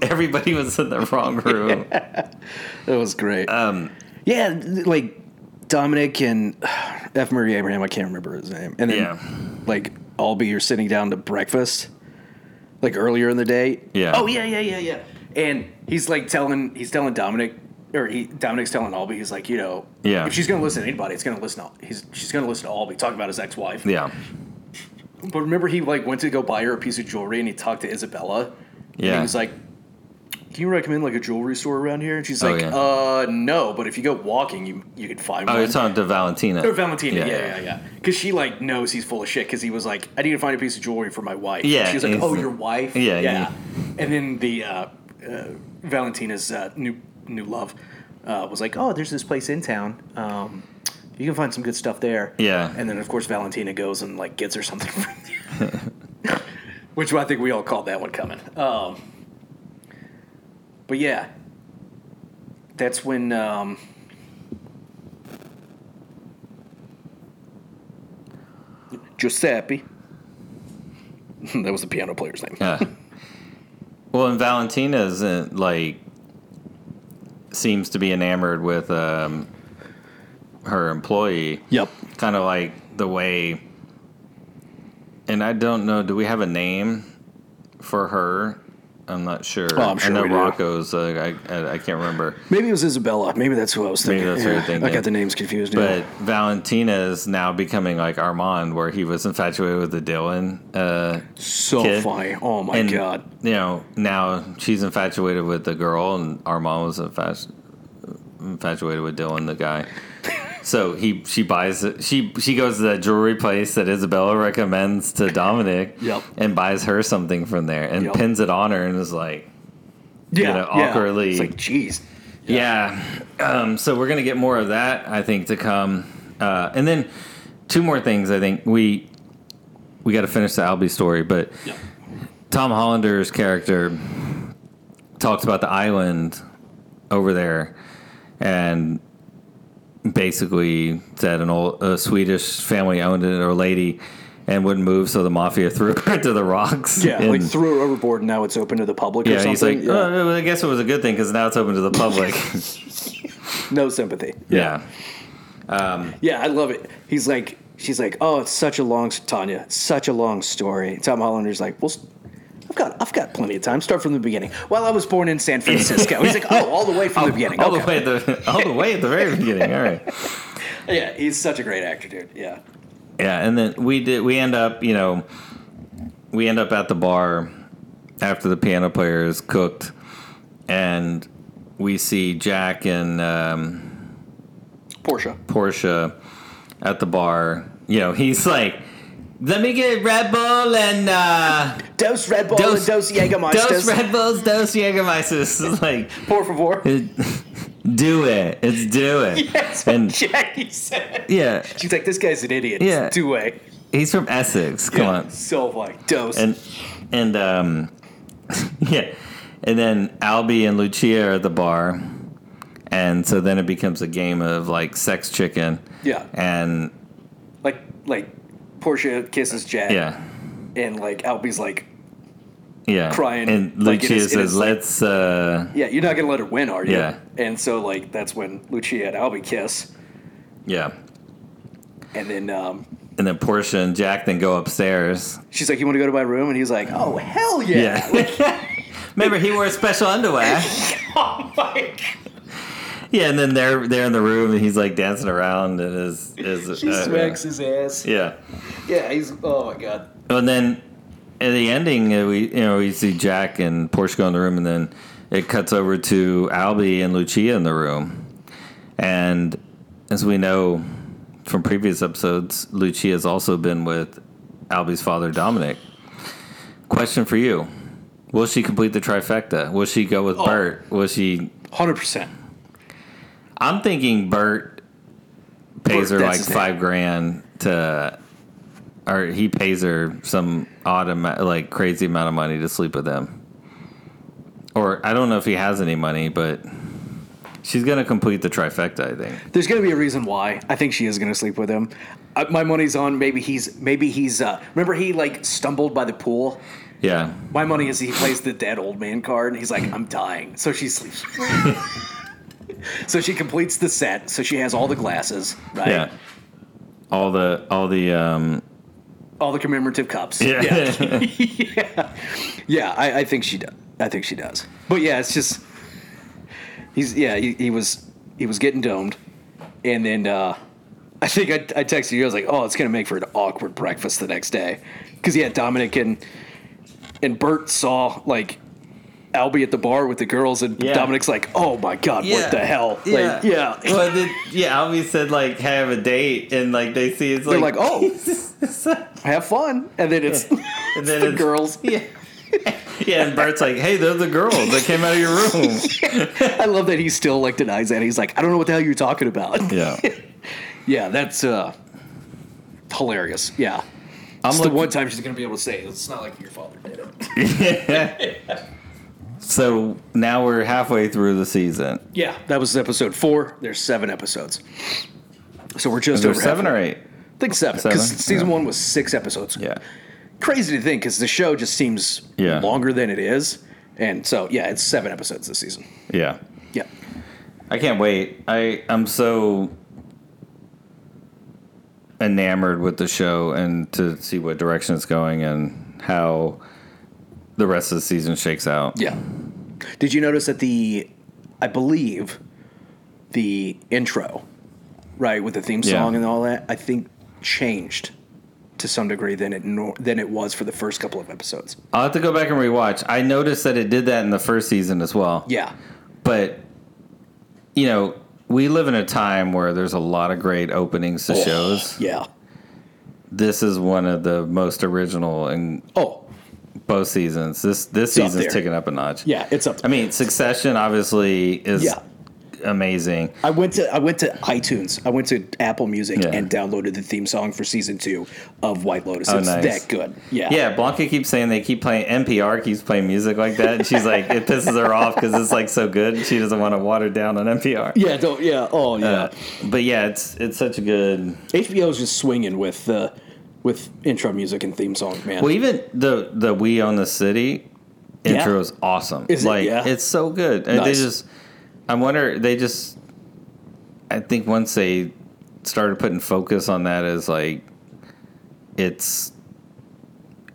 S2: everybody was in the wrong room.
S1: That was great.
S2: Uh,
S1: Um, yeah, like Dominic and F. Murray Abraham. I can't remember his name. And then
S2: Yeah.
S1: like Albie are sitting down to breakfast, like earlier in the day.
S2: Yeah.
S1: Oh yeah, yeah, yeah, yeah. And he's like telling he's telling Dominic. Or he, Dominic's telling Albie, he's like, you know,
S2: Yeah.
S1: if she's gonna listen to anybody, it's gonna listen. To, he's she's gonna listen to Albie talk about his ex-wife.
S2: Yeah,
S1: But remember, he like went to go buy her a piece of jewelry, and he talked to Isabella. And he
S2: yeah,
S1: was like, "Can you recommend like a jewelry store around here?" And she's
S2: Oh,
S1: like,
S2: yeah.
S1: "Uh, no. But if you go walking, you you could find
S2: oh,
S1: one."
S2: you're talking to Valentina.
S1: or Valentina, yeah,
S2: Yeah,
S1: yeah, yeah. Because she like knows he's full of shit. Because he was like, "I need to find a piece of jewelry for my wife."
S2: Yeah,
S1: She was like,
S2: he's
S1: "Oh,
S2: the-
S1: your wife?"
S2: Yeah,
S1: yeah. And then the uh, uh, Valentina's uh, new new love uh, was like, "Oh, there's this place in town. Um, you can find some good stuff there."
S2: Yeah.
S1: And then of course Valentina goes and like gets her something from there. Which I think we all called that one coming. Um, but yeah, that's when. Um, Giuseppe. that was the piano player's name.
S2: Yeah. Well, and Valentina isn't like seems to be enamored with um, her employee.
S1: Yep.
S2: Kind of like the way, and I don't know. Do we have a name for her? I'm not sure.
S1: Oh, I'm
S2: I
S1: sure
S2: know
S1: we do.
S2: Rocco's. Uh, I, I I can't remember.
S1: Maybe it was Isabella. Maybe that's who I was thinking.
S2: Maybe that's what
S1: Yeah,
S2: you're thinking.
S1: I got the names confused. yeah.
S2: But Valentina is now becoming like Armand, where he was infatuated with the Dylan. Uh,
S1: so
S2: kid.
S1: funny. Oh my
S2: and
S1: god.
S2: you know now she's infatuated with the girl, and our mom was infatu- infatuated with Dylan, the guy. So he she buys she she goes to that jewelry place that Isabella recommends to Dominic,
S1: Yep.
S2: and buys her something from there and
S1: Yep.
S2: pins it on her and is like,
S1: Yeah.
S2: know, awkwardly-
S1: It's like, jeez.
S2: yeah. Um, so we're gonna get more of that, I think, to come. Uh, and then two more things. I think we we got to finish the Albie story, but
S1: Yep.
S2: Tom Hollander's character talks about the island over there, and basically said an old a Swedish family owned it or lady. And wouldn't move, so the mafia threw her to the rocks.
S1: Yeah,
S2: And-
S1: like threw it overboard and now it's open to the public or
S2: yeah. He's
S1: something.
S2: like,
S1: Yeah.
S2: "Oh, I guess it was a good thing because now it's open to the public.
S1: no sympathy.
S2: yeah,
S1: Yeah, I love it. He's like, she's like, oh, it's such a long, Tanya, it's such a long story. Tom Hollander's like, well, I've got, I've got plenty of time. Start from the beginning. Well, I was born in San Francisco. He's like, oh, all the way from the beginning.
S2: all
S1: okay.
S2: the way at the all the way at the very beginning. All right.
S1: Yeah, he's such a great actor, dude. Yeah.
S2: Yeah, and then we did. We end up, you know, we end up at the bar after the piano player is cooked, and we see Jack and um,
S1: Portia.
S2: Portia at the bar. You know, he's like, "Let me get Red Bull and uh,
S1: Dos Red Bull
S2: Dos-
S1: Oh, and Dos
S2: dos
S1: Jägermeisters.
S2: Red Bulls, dos Jägermeisters." It's like,
S1: Por favor.
S2: do it. It's do it.
S1: That's what
S2: and
S1: Jackie said.
S2: yeah,
S1: She's like, this guy's an idiot.
S2: Yeah.
S1: It's two way.
S2: he's from Essex. Come on.
S1: So like dose.
S2: and and um, yeah, and then Albie and Lucia are at the bar, and so then it becomes a game of like sex chicken,
S1: yeah.
S2: and
S1: Like like Portia kisses Jack
S2: yeah,
S1: and like Albie's like,
S2: yeah,
S1: Crying,
S2: and
S1: like,
S2: Lucia
S1: it is- it
S2: says,
S1: is, like-
S2: "Let's." Uh,
S1: Yeah, you're not gonna let her win, are you?
S2: Yeah.
S1: And so like that's when Lucia and Albie kiss
S2: yeah,
S1: and then um
S2: and then Portia and Jack then go upstairs.
S1: She's like, "You want to go to my room?" And he's like, "Oh hell yeah!"
S2: Yeah. Remember, he wore special underwear.
S1: oh my
S2: Yeah, and then they're they're in the room, and he's like dancing around, and is
S1: god,
S2: is
S1: she
S2: uh,
S1: smacks his ass.
S2: Yeah,
S1: Yeah, he's oh my god.
S2: and then at the ending, uh, we you know we see Jack and Porsche go in the room, and then it cuts over to Albie and Lucia in the room, and as we know from previous episodes, Lucia has also been with Albie's father, Dominic. Question for you: Will she complete the trifecta? Will she go with Bert? Will she
S1: Hundred percent.
S2: I'm thinking Bert
S1: Bert,
S2: pays her
S1: that's
S2: like
S1: his name.
S2: five grand to, or he pays her some automatic like crazy amount of money to sleep with him. Or I don't know if he has any money, but she's gonna complete the trifecta. I think.
S1: There's gonna be a reason why. I think she is gonna sleep with him. Uh, my money's on maybe he's maybe he's uh remember he like stumbled by the pool.
S2: Yeah,
S1: My money is he plays the dead old man card and he's like, "I'm dying," so she sleeps. so she completes the set. So she has all the glasses, right?
S2: yeah. All the all the um
S1: All the commemorative cups.
S2: yeah.
S1: yeah, yeah. I, I think she does. I think she does. But yeah, it's just he's yeah. He, he was he was getting domed, and then uh, I think I, I texted you. I was like, oh, it's gonna make for an awkward breakfast the next day, because yeah, Dominic and and Bert saw like. Albie at the bar with the girls, and
S2: Yeah.
S1: Dominic's like, "Oh my god, what the hell?"
S2: Yeah,
S1: Like, yeah.
S2: Well, the, yeah. Albie said like have a date, and like they see it's
S1: They're
S2: like,
S1: like, "Oh."
S2: oh,
S1: Have fun, and then it's,
S2: And
S1: it's
S2: then
S1: the
S2: it's-
S1: girls.
S2: Yeah. yeah, and Bert's like, hey, they're the girls that came out of your room.
S1: I love that he still like denies that. He's like, "I don't know what the hell you're talking about."
S2: Yeah.
S1: Yeah, that's uh, hilarious. Yeah.
S2: I'm
S1: It's
S2: looking,
S1: the one time she's going to be able to say, it's not like your father did it.
S2: so now we're halfway through the season.
S1: Yeah, that was episode four. There's seven episodes. So we're just
S2: There's
S1: over
S2: seven
S1: halfway.
S2: or eight.
S1: I think seven.
S2: Seven?
S1: Because season
S2: Yeah.
S1: one was six episodes.
S2: Yeah.
S1: Crazy to think because the show just seems
S2: Yeah.
S1: longer than it is. And so, yeah, it's seven episodes this season.
S2: Yeah.
S1: Yeah.
S2: I can't wait. I, I'm so enamored with the show and to see what direction it's going and how the rest of the season shakes out.
S1: Yeah. Did you notice that the, I believe, the intro, right, with the theme
S2: Yeah.
S1: song and all that, I think changed to some degree than it nor- than it was for the first couple of episodes.
S2: I'll have to go back and rewatch. I noticed that it did that in the first season as well.
S1: Yeah.
S2: but you know we live in a time where there's a lot of great openings
S1: Oh.
S2: to shows
S1: Yeah.
S2: this is one of the most original in
S1: Oh,
S2: both seasons this this
S1: up
S2: season's
S1: there.
S2: taken up a notch
S1: yeah, it's up.
S2: i mean succession obviously is
S1: Yeah.
S2: amazing
S1: I went to I went to iTunes. I went to Apple Music
S2: Yeah.
S1: and downloaded the theme song for season 2 of White Lotus.
S2: Oh,
S1: it's
S2: nice.
S1: that good. Yeah.
S2: yeah blanca keeps saying they keep playing npr keeps playing music like that and she's like it pisses her off because it's like so good and she doesn't want to water down on npr
S1: Yeah, don't yeah. Oh, yeah.
S2: Uh, but yeah it's it's such a good
S1: HBO's just swinging with uh, with intro music and theme song, man.
S2: Well, even the the We Own the City
S1: Yeah.
S2: intro is awesome.
S1: Is it?
S2: like
S1: Yeah.
S2: it's so good. And
S1: Nice.
S2: they just I wonder they just I think once they started putting focus on that as like it's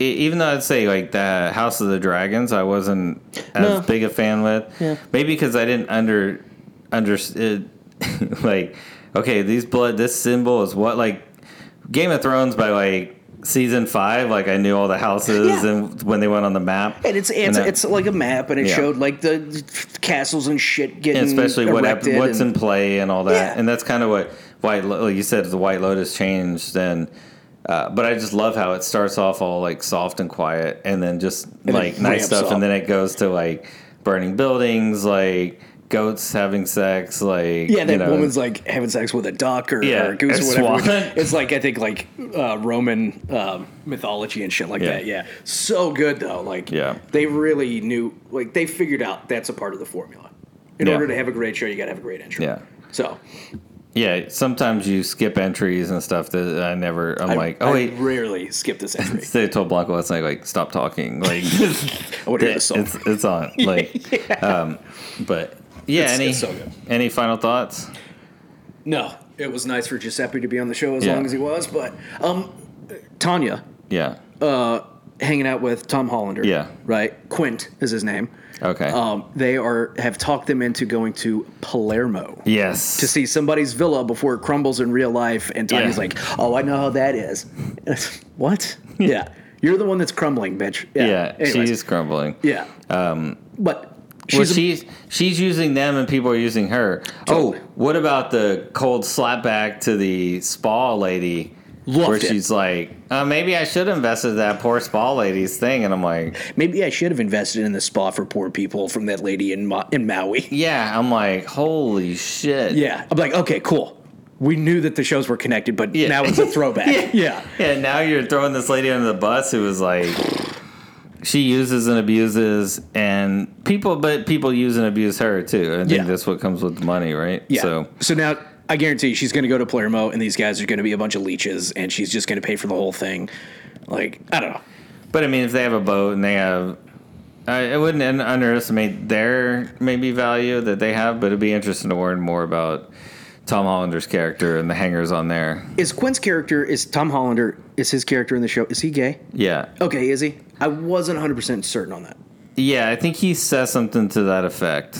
S2: e- even though I'd say like the House of the Dragons, I wasn't
S1: No.
S2: as big a fan with.
S1: Yeah.
S2: Maybe because I didn't under understood like okay, these blood this symbol is what like Game of Thrones by like season five, like I knew all the houses
S1: Yeah.
S2: and when they went on the map.
S1: And it's it's,
S2: And, uh,
S1: it's like a map, and it
S2: Yeah.
S1: showed like the castles and shit getting
S2: and especially what hap-
S1: erected
S2: what's
S1: and-
S2: in play and all that.
S1: Yeah.
S2: And that's kind of what White Lo- like you said the White Lotus changed then. Uh, but I just love how it starts off all like soft and quiet, and then just
S1: then
S2: like nice
S1: ramps
S2: stuff,
S1: up.
S2: and then it goes to like burning buildings, like goats having sex, like
S1: Yeah, that
S2: you know,
S1: woman's like having sex with a duck or,
S2: Yeah,
S1: or a goose
S2: a
S1: or whatever.
S2: swan.
S1: It's like I think like uh, Roman um, mythology and shit like
S2: Yeah.
S1: that. Yeah, so good though. Like
S2: Yeah.
S1: they really knew. Like they figured out that's a part of the formula. In
S2: Yeah.
S1: order to have a great show, you got to have a great intro.
S2: Yeah.
S1: So
S2: yeah. Sometimes you skip entries and stuff that I never. I'm
S1: I-
S2: like, oh
S1: I
S2: wait.
S1: rarely skip this entry.
S2: They told Blanco last night, like, stop talking. Like,
S1: I would hear the song.
S2: it's it's on. Like, um, but yeah.
S1: It's-
S2: any
S1: it's so good.
S2: any final thoughts?
S1: No, it was nice for Giuseppe to be on the show as
S2: Yeah.
S1: long as he was, but um, Tanya
S2: Yeah.
S1: hanging out with Tom Hollander.
S2: Yeah.
S1: right. Quint is his name.
S2: Okay.
S1: Um, they are have talked them into going to Palermo.
S2: yes.
S1: to see somebody's villa before it crumbles in real life. And Tanya's
S2: Yeah.
S1: like, "Oh, I know how that is." And it's, what? yeah, you're the one that's crumbling, bitch.
S2: yeah.
S1: Anyways.
S2: she's crumbling.
S1: yeah. Um, but she's
S2: Well,
S1: a-
S2: she's she's using them and people are using her.
S1: Totally.
S2: Oh, what about the cold slapback to the spa lady?
S1: Loved
S2: where
S1: it.
S2: she's like, uh, maybe I should invest in that poor spa lady's thing, and I'm like,
S1: maybe I should have invested in the spa for poor people from that lady in Ma- in Maui.
S2: yeah, I'm like, holy shit,
S1: yeah, I'm like, okay, cool. We knew that the shows were connected, but
S2: Yeah.
S1: now it's a throwback. yeah.
S2: yeah. Now you're throwing this lady under the bus who was like, she uses and abuses, and people, but people use and abuse her too. I think
S1: Yeah.
S2: that's what comes with the money, right?
S1: Yeah.
S2: So
S1: now I guarantee she's going to go to Palermo, and these guys are going to be a bunch of leeches, and she's just going to pay for the whole thing. Like, I don't know.
S2: But I mean, if they have a boat and they have, I, I wouldn't un- underestimate their maybe value that they have, but it'd be interesting to learn more about Tom Hollander's character and the hangers on there.
S1: Is Quinn's character is Tom Hollander? Is his character in the show? Is he gay?
S2: Yeah,
S1: Okay, is he? I wasn't 100 percent certain on that.
S2: yeah, I think he says something to that effect.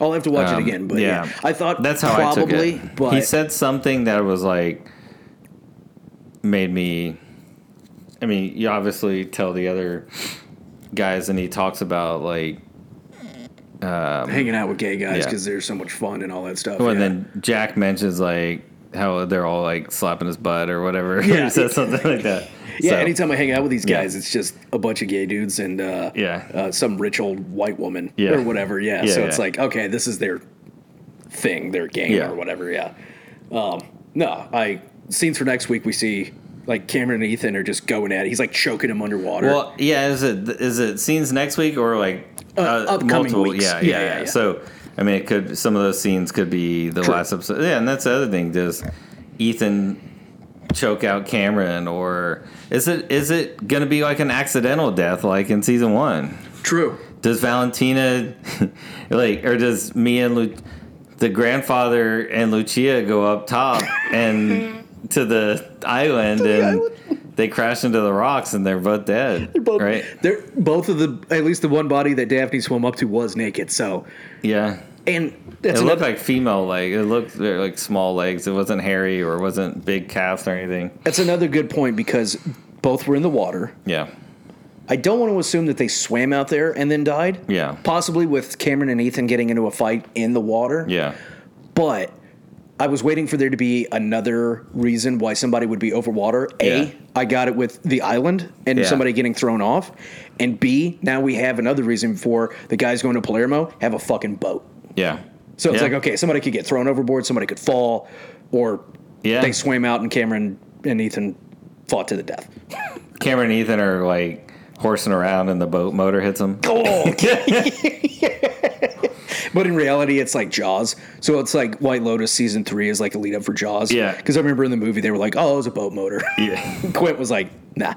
S1: I'll have to watch it
S2: Um,
S1: again. But yeah. I thought
S2: that's how
S1: probably,
S2: I took it.
S1: but
S2: he said something that was like made me. I mean, you obviously tell the other guys, and he talks about like
S1: hanging out with gay guys
S2: Yeah.
S1: because there's so much fun and all that stuff.
S2: Well,
S1: yeah.
S2: and then Jack mentions like how they're all like slapping his butt or whatever.
S1: Yeah.
S2: he says something like that.
S1: yeah,
S2: So,
S1: anytime I hang out with these
S2: Yeah.
S1: guys, it's just a bunch of gay dudes and uh,
S2: Yeah.
S1: uh, some rich old white woman
S2: Yeah.
S1: or whatever. Yeah,
S2: Yeah,
S1: so it's
S2: yeah.
S1: like okay, this is their thing, their game
S2: Yeah.
S1: or whatever. Yeah. Um, no, I scenes for next week. We see like Cameron and Ethan are just going at it. He's like choking him underwater.
S2: Well, yeah. Is it is it scenes next week or like uh,
S1: upcoming
S2: multiple?
S1: weeks.
S2: Yeah, yeah,
S1: Yeah,
S2: yeah,
S1: yeah, yeah.
S2: So I mean, it could some of those scenes could be the
S1: True.
S2: last episode. Yeah, and that's the other thing. Does Ethan choke out Cameron or is it is it going to be like an accidental death like in season one?
S1: True.
S2: does Valentina like or does Mia and Lu- the grandfather and Lucia go up top and to the island and they crash into the rocks and they're both dead. They're
S1: Both,
S2: right?
S1: They're both of the at least the one body that Daphne swam up to was naked. So
S2: Yeah.
S1: and
S2: It
S1: that's
S2: looked
S1: another,
S2: like female leg. It looked they're like small legs. It wasn't hairy or wasn't big calves or anything.
S1: that's another good point because both were in the water.
S2: Yeah.
S1: I don't want to assume that they swam out there and then died.
S2: Yeah.
S1: Possibly with Cameron and Ethan getting into a fight in the water.
S2: Yeah.
S1: But I was waiting for there to be another reason why somebody would be over water. A, I
S2: Yeah.
S1: got it with the island and
S2: Yeah.
S1: somebody getting thrown off. And B, now we have another reason for the guys going to Palermo have a fucking boat.
S2: Yeah.
S1: So it's
S2: Yeah.
S1: like, okay, somebody could get thrown overboard, somebody could fall, or
S2: Yeah.
S1: they swam out and Cameron and Ethan fought to the death.
S2: Cameron and Ethan are like horsing around and the boat motor hits them.
S1: Oh, but in reality, it's like Jaws. So it's like White Lotus season three is like a lead up for Jaws.
S2: Yeah.
S1: Because I remember in the movie, they were like, oh, it was a boat motor.
S2: Yeah.
S1: Quint was like, nah,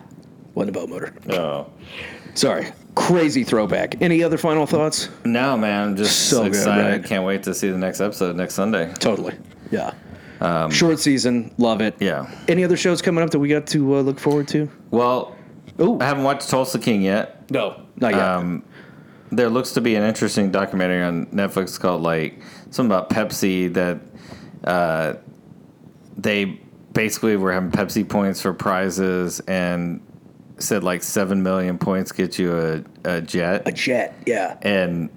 S1: wasn't a boat motor.
S2: Oh.
S1: Sorry. Crazy throwback. Any other final thoughts?
S2: No, man, I'm just
S1: So
S2: so
S1: good,
S2: excited.
S1: right?
S2: Can't wait to see the next episode next Sunday.
S1: Totally. Yeah. Short season. Love it.
S2: Um, Yeah.
S1: Any other shows coming up that we got to uh, look forward to?
S2: Well,
S1: Oh,
S2: I haven't watched Tulsa King yet.
S1: no. Not yet.
S2: Um, there looks to be an interesting documentary on Netflix called like something about Pepsi that uh, they basically were having Pepsi points for prizes and said like seven million points get you a, a jet.
S1: a jet. Yeah.
S2: And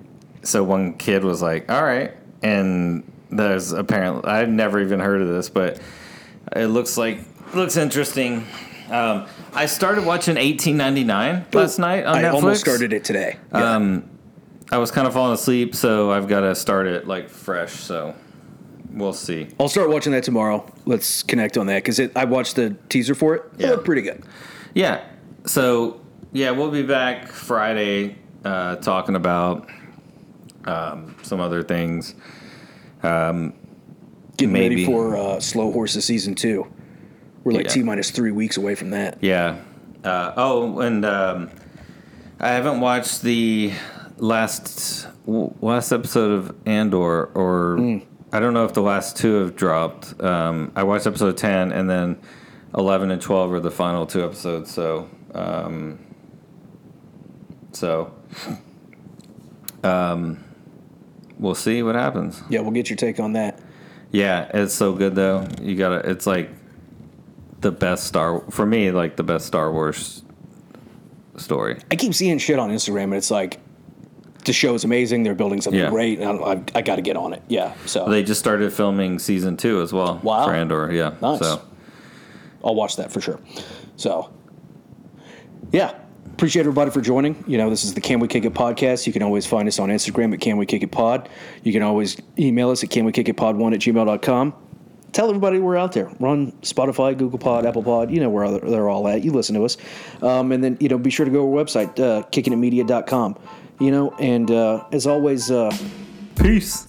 S2: so one kid was like, "All right." And there's apparently I've never even heard of this, but it looks like looks interesting. Um, I started watching 1899 last night on
S1: Oh, I
S2: Netflix. Uh,
S1: almost started it today. Yeah.
S2: I was kind of falling asleep, so I've got to start it like fresh. So we'll see.
S1: I'll start watching that tomorrow. Let's connect on that because I watched the teaser for it. It
S2: Yeah.
S1: looked pretty good.
S2: Yeah. So yeah, we'll be back Friday uh, talking about um, some other things. Um,
S1: Getting ready
S2: Maybe.
S1: for uh, Slow Horses season two. We're like
S2: Yeah.
S1: T minus three weeks away from that.
S2: Yeah. Uh, oh, and um, I haven't watched the last w- last episode of Andor, or I don't know if the last two have dropped. Um, I watched episode ten, and then eleven and twelve are the final two episodes. So, um, so um, we'll see what happens.
S1: Yeah, we'll get your take on that.
S2: Yeah, it's so good though. You gotta. It's like the best Star for me, like the best Star Wars story.
S1: I keep seeing shit on Instagram, and it's like the show is amazing. They're building something
S2: Yeah.
S1: great, and I, I, I got to get on it. Yeah, so
S2: They just started filming season two as well.
S1: Wow.
S2: For Andor, yeah.
S1: Nice.
S2: So
S1: I'll watch that for sure. So, yeah. Appreciate everybody for joining. You know, this is the Can We Kick It podcast. You can always find us on Instagram at Can We Kick It Pod. You can always email us at Can We Kick It Pod1 at gmail.com. Tell everybody we're out there. We're on Spotify, Google Pod, Apple Pod. You know where other- they're all at. You listen to us. Um, and then, you know, be sure to go to our website, uh, kickingitmedia.com. You know, and uh, as always, uh,
S2: peace.